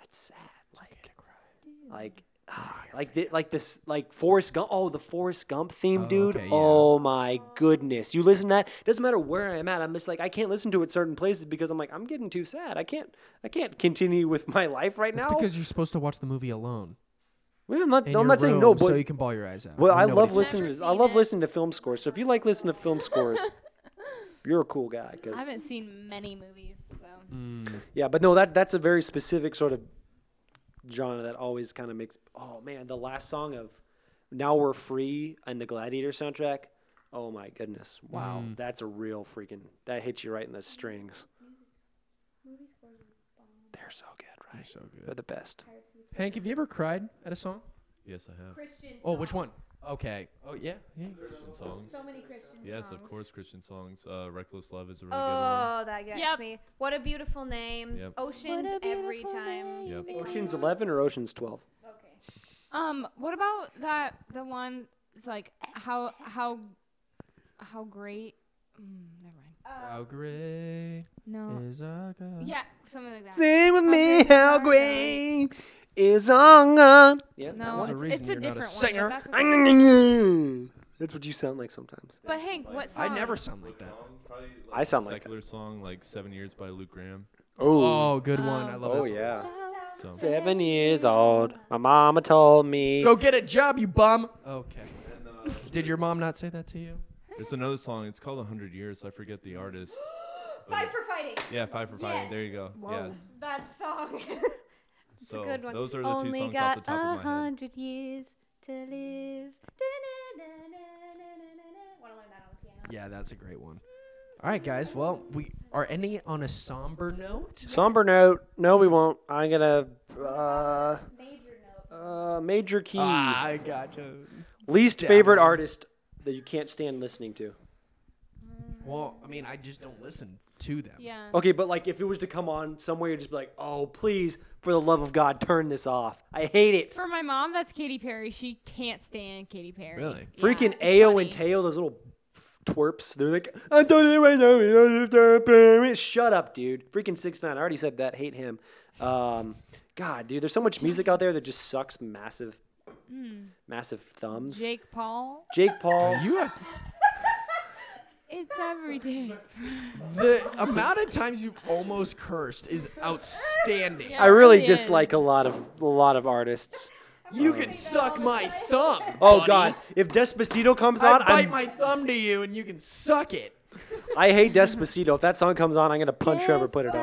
Speaker 6: that's sad. Like, *sighs* like, ah, like, the, like this, like Forrest Gump. Oh, the Forrest Gump theme, dude.
Speaker 3: okay, yeah.
Speaker 6: Oh my goodness, you listen to that. Doesn't matter where I'm at. I'm just like, I can't listen to it certain places because I'm like, I'm getting too sad. I can't, I can't continue with my life right
Speaker 3: That's
Speaker 6: now.
Speaker 3: because you're supposed to watch the movie alone.
Speaker 6: Well, I'm not.
Speaker 3: In
Speaker 6: I'm
Speaker 3: your
Speaker 6: not saying no,
Speaker 3: room
Speaker 6: but
Speaker 3: so you can ball your eyes out.
Speaker 6: well,
Speaker 3: and
Speaker 6: I
Speaker 3: nobody's
Speaker 6: love listening. To, I love listening to film scores. So if you like listening to film
Speaker 3: *laughs*
Speaker 6: scores, you're a cool guy. 'cause-
Speaker 7: I haven't seen many movies, so
Speaker 6: yeah, but no, that that's a very specific sort of genre that always kind of makes. Oh man, the last song of "Now We're Free" and the Gladiator soundtrack. Oh my goodness! Wow, that's a real freaking. That hits you right in the strings. They're so good, right? They're so good. They're the best.
Speaker 3: Hank, have you ever cried at a song?
Speaker 1: Yes, I have.
Speaker 3: Oh, which one? Okay. Oh yeah. yeah.
Speaker 1: Christian songs.
Speaker 10: So many Christian
Speaker 1: Yes, of course, Christian songs. Uh, Reckless Love is a really
Speaker 10: Oh, that gets
Speaker 7: Yep.
Speaker 10: me. What a beautiful name.
Speaker 1: Yep.
Speaker 10: Oceans every time.
Speaker 1: good one. Yep.
Speaker 6: Ocean's Eleven or Ocean's Twelve?
Speaker 7: um, what about that? The one it's like how how how great? Mm, never mind.
Speaker 3: How great
Speaker 7: No.
Speaker 3: is our God?
Speaker 7: Yeah, something like that.
Speaker 6: Sing with me,
Speaker 7: Okay,
Speaker 6: how
Speaker 7: sorry.
Speaker 6: great is on God. Yeah,
Speaker 7: No,
Speaker 3: There's a
Speaker 7: it's, it's
Speaker 3: reason
Speaker 7: a
Speaker 3: you're not
Speaker 7: different
Speaker 3: a
Speaker 7: one.
Speaker 3: singer.
Speaker 7: That's okay.
Speaker 6: that one. That's what you sound like sometimes.
Speaker 7: But Hank, what
Speaker 3: I
Speaker 7: song?
Speaker 3: never sound like that.
Speaker 6: I sound like
Speaker 1: Secular song like Seven Years by Luke Graham.
Speaker 6: Oh,
Speaker 3: Oh, good one. I love that
Speaker 6: oh
Speaker 3: song.
Speaker 6: yeah.
Speaker 1: So
Speaker 6: Seven years old. My mama told me.
Speaker 3: Go get a job, you bum. Okay. Did your mom not say that to you?
Speaker 1: there's another song. It's called Hundred Years. I forget the
Speaker 7: *gasps*
Speaker 1: artist.
Speaker 10: Fight for fighting.
Speaker 1: Yeah, Five for Five. There you go. Yeah.
Speaker 7: That *laughs* song.
Speaker 1: It's so Those are the two songs off the top of my head.
Speaker 10: years to live.
Speaker 3: Yeah, that's a great one. All right, guys. Well, we are ending it on a somber note.
Speaker 6: Somber note. No, we won't. I'm gonna. Uh, uh, major key.
Speaker 3: Ah, I gotcha.
Speaker 6: Least favorite artist that you can't stand listening to.
Speaker 3: Well, I mean, I just don't listen to them.
Speaker 7: yeah.
Speaker 6: Okay, but like if it was to come on somewhere, you'd just be like, oh, please, for the love of God, turn this off. I hate it.
Speaker 7: For my mom, that's Katy Perry. She can't stand Katy Perry.
Speaker 3: Really?
Speaker 6: Freaking
Speaker 7: Yeah, it's
Speaker 6: Ao
Speaker 7: funny.
Speaker 6: and Tao, those little twerps. They're like, I don't know right now. we don't have to bury it." Shut up, dude. Freaking six nine. I already said that. Hate him. Um, God, dude. There's so much music out there that just sucks. Massive, massive thumbs. Jake,
Speaker 7: Jake Paul.
Speaker 6: Paul.
Speaker 3: You have
Speaker 7: It's every day.
Speaker 3: the amount of times you've almost cursed is outstanding.
Speaker 6: I really
Speaker 7: It
Speaker 6: dislike a lot of a lot of artists.
Speaker 3: You could suck my thumb.
Speaker 6: Oh
Speaker 3: buddy.
Speaker 6: God, if Despacito comes
Speaker 3: I
Speaker 6: on,
Speaker 3: bite
Speaker 6: I'm,
Speaker 3: my thumb to you, and you can suck it.
Speaker 6: I hate Despacito. If that song comes on, I'm gonna punch whoever put it on.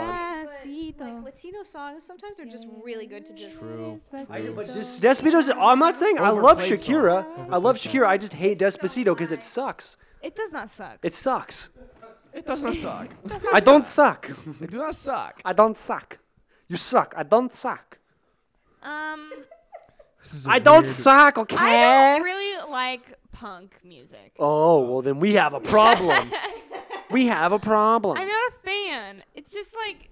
Speaker 7: *laughs*
Speaker 10: Like
Speaker 7: Despacito.
Speaker 10: Latino songs sometimes are just really good to just.
Speaker 1: True.
Speaker 6: I know, but this Despacito's. I'm not saying I love
Speaker 3: Overplayed song.
Speaker 6: Shakira. I love Shakira. I just hate Despacito because it sucks.
Speaker 7: It does not suck.
Speaker 6: It sucks.
Speaker 3: It does not suck.
Speaker 6: I don't suck.
Speaker 3: It does not suck.
Speaker 6: I don't suck. You suck. I don't suck.
Speaker 7: Um,
Speaker 6: I don't
Speaker 3: suck.
Speaker 6: suck. Okay.
Speaker 7: I don't really like punk music.
Speaker 6: Eh? oh well, then we have a
Speaker 7: *laughs*
Speaker 6: problem. we have a problem.
Speaker 7: I'm not a fan. It's just like,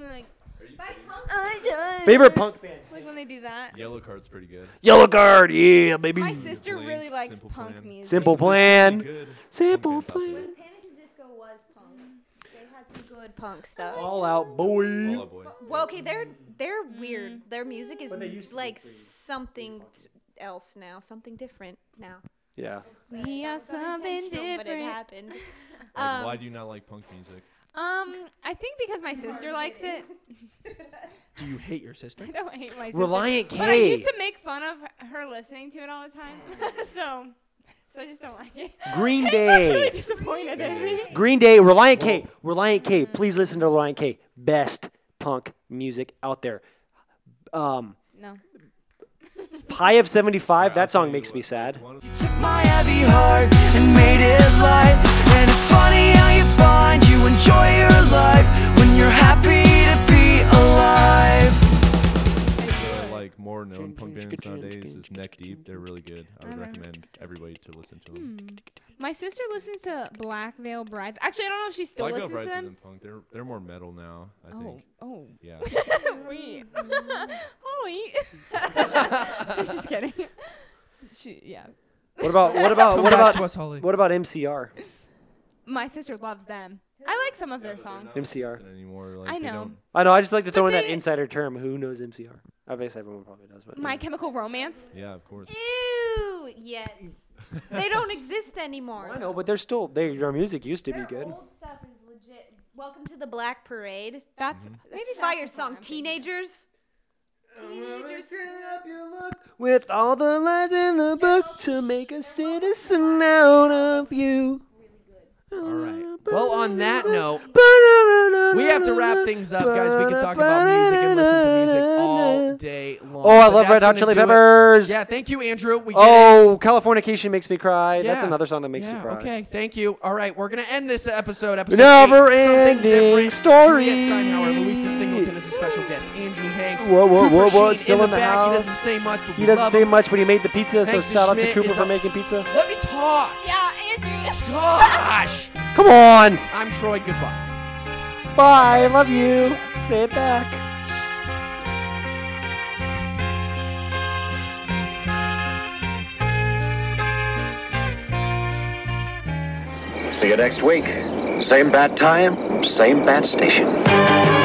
Speaker 7: like,
Speaker 6: Favorite punk band?
Speaker 7: like when they do that.
Speaker 1: Yellow Card's pretty good.
Speaker 6: Yellow Card. Yeah, baby.
Speaker 7: My sister
Speaker 1: Blink,
Speaker 7: really likes
Speaker 1: Simple
Speaker 7: punk
Speaker 1: Plan.
Speaker 7: music.
Speaker 6: Simple
Speaker 1: Pretty
Speaker 6: Plan.
Speaker 1: good.
Speaker 6: Simple
Speaker 1: Punk band's
Speaker 6: Plan.
Speaker 10: Panic at the Disco was punk. They had some good punk stuff.
Speaker 6: All Out Boy.
Speaker 1: out there. Fall Out Boy.
Speaker 10: Well, okay, they're they're weird. Their music is
Speaker 6: they used to be
Speaker 10: like something t- else now, something different *laughs* now.
Speaker 6: Yeah.
Speaker 7: We are something
Speaker 10: But it
Speaker 7: different.
Speaker 10: happened.
Speaker 1: Like, why do you not like punk music?
Speaker 7: Um, I think because my sister likes *laughs* it.
Speaker 3: Do you hate your sister?
Speaker 7: I don't hate my sister.
Speaker 6: Reliant
Speaker 7: But I
Speaker 6: K.
Speaker 7: used to make fun of her listening to it all the time. *laughs* so so I just don't like it.
Speaker 6: Green
Speaker 7: *laughs* That's really
Speaker 6: Day.
Speaker 7: disappointed in me.
Speaker 6: Green Day, Reliant K. Reliant K.
Speaker 7: Mm-hmm.
Speaker 6: Please listen to Reliant K. Best punk music out there. Um,
Speaker 7: No.
Speaker 6: Pie of 75, that song makes me sad.
Speaker 9: took my heavy heart and made it light. And it's funny how you find you enjoy your life when you're happy to be alive.
Speaker 7: um,
Speaker 1: The, like more known punk bands nowadays is Neck Deep. They're really good. I would recommend everybody to listen to them.
Speaker 7: Hmm. My sister listens to Black Veil Brides. Actually, I don't know if she still
Speaker 1: Black Veil
Speaker 7: listens to
Speaker 1: Brides
Speaker 7: them.
Speaker 1: isn't punk. They're they're more metal now. I think.
Speaker 7: Oh,
Speaker 1: Yeah.
Speaker 7: *laughs* wait. Holy. *laughs* just kidding. She, yeah.
Speaker 6: What about what
Speaker 3: *laughs*
Speaker 6: about
Speaker 3: Come
Speaker 6: what
Speaker 3: back
Speaker 6: about
Speaker 3: to us, Holly.
Speaker 6: what about MCR?
Speaker 7: My sister loves them. I like some of their songs.
Speaker 6: MCR.
Speaker 1: Anymore. Like,
Speaker 7: I
Speaker 1: they
Speaker 7: know.
Speaker 1: don't-
Speaker 6: I know. I just like to throw in that
Speaker 7: they-
Speaker 6: insider term. Who knows MCR? I guess everyone probably does, but
Speaker 7: My Chemical Romance.
Speaker 1: Yeah, of
Speaker 7: Eh,
Speaker 1: course.
Speaker 10: *laughs* Ew,
Speaker 6: *laughs*
Speaker 10: yes. they don't exist anymore.
Speaker 6: I know. But they're still they, their music used to be good.
Speaker 10: old stuff is legit. Welcome to the Black Parade.
Speaker 7: That's
Speaker 1: Mm-hmm.
Speaker 7: maybe that's
Speaker 10: Fire
Speaker 7: the
Speaker 10: song.
Speaker 7: I'm thinking of.
Speaker 10: Teenagers. Teenagers.
Speaker 6: With all the lies in the book to make a citizen out of you.
Speaker 3: All right. Well, on that note, we have to wrap things up, guys. We can talk about music and listen to music all day long.
Speaker 6: Oh, I
Speaker 3: But
Speaker 6: love Red
Speaker 3: that's
Speaker 6: Hot
Speaker 3: gonna
Speaker 6: Chili
Speaker 3: do it.
Speaker 6: Peppers.
Speaker 3: Yeah, thank you, Andrew. We get it.
Speaker 6: Oh, Californication makes me cry. That's
Speaker 3: Yeah.
Speaker 6: another song that makes me
Speaker 3: Yeah,
Speaker 6: cry.
Speaker 3: Okay, thank you. All right, we're gonna end this episode. Episode
Speaker 6: Never
Speaker 3: eight,
Speaker 6: ending
Speaker 3: something different.
Speaker 6: story.
Speaker 3: Juliet Steinhauer, Louisa Singleton is a special guest. Andrew Hanks.
Speaker 6: Whoa, whoa,
Speaker 3: Cooper
Speaker 6: whoa, whoa,
Speaker 3: Sheen
Speaker 6: still
Speaker 3: in the,
Speaker 6: in the
Speaker 3: back. He
Speaker 6: house.
Speaker 3: doesn't say much, but
Speaker 6: He
Speaker 3: we
Speaker 6: doesn't
Speaker 3: love
Speaker 6: say
Speaker 3: him.
Speaker 6: much, but he made the pizza.
Speaker 3: Thanks
Speaker 6: so
Speaker 3: to
Speaker 6: shout out to
Speaker 3: Schmidt
Speaker 6: Cooper
Speaker 3: is
Speaker 6: for
Speaker 3: up.
Speaker 6: making pizza.
Speaker 3: Let me talk.
Speaker 7: Yeah, Andrew.
Speaker 3: Gosh,
Speaker 6: Come on.
Speaker 3: I'm Troy. Goodbye.
Speaker 6: Bye. I love you. Say it back.
Speaker 11: See you next week. Same bat time, same bat station.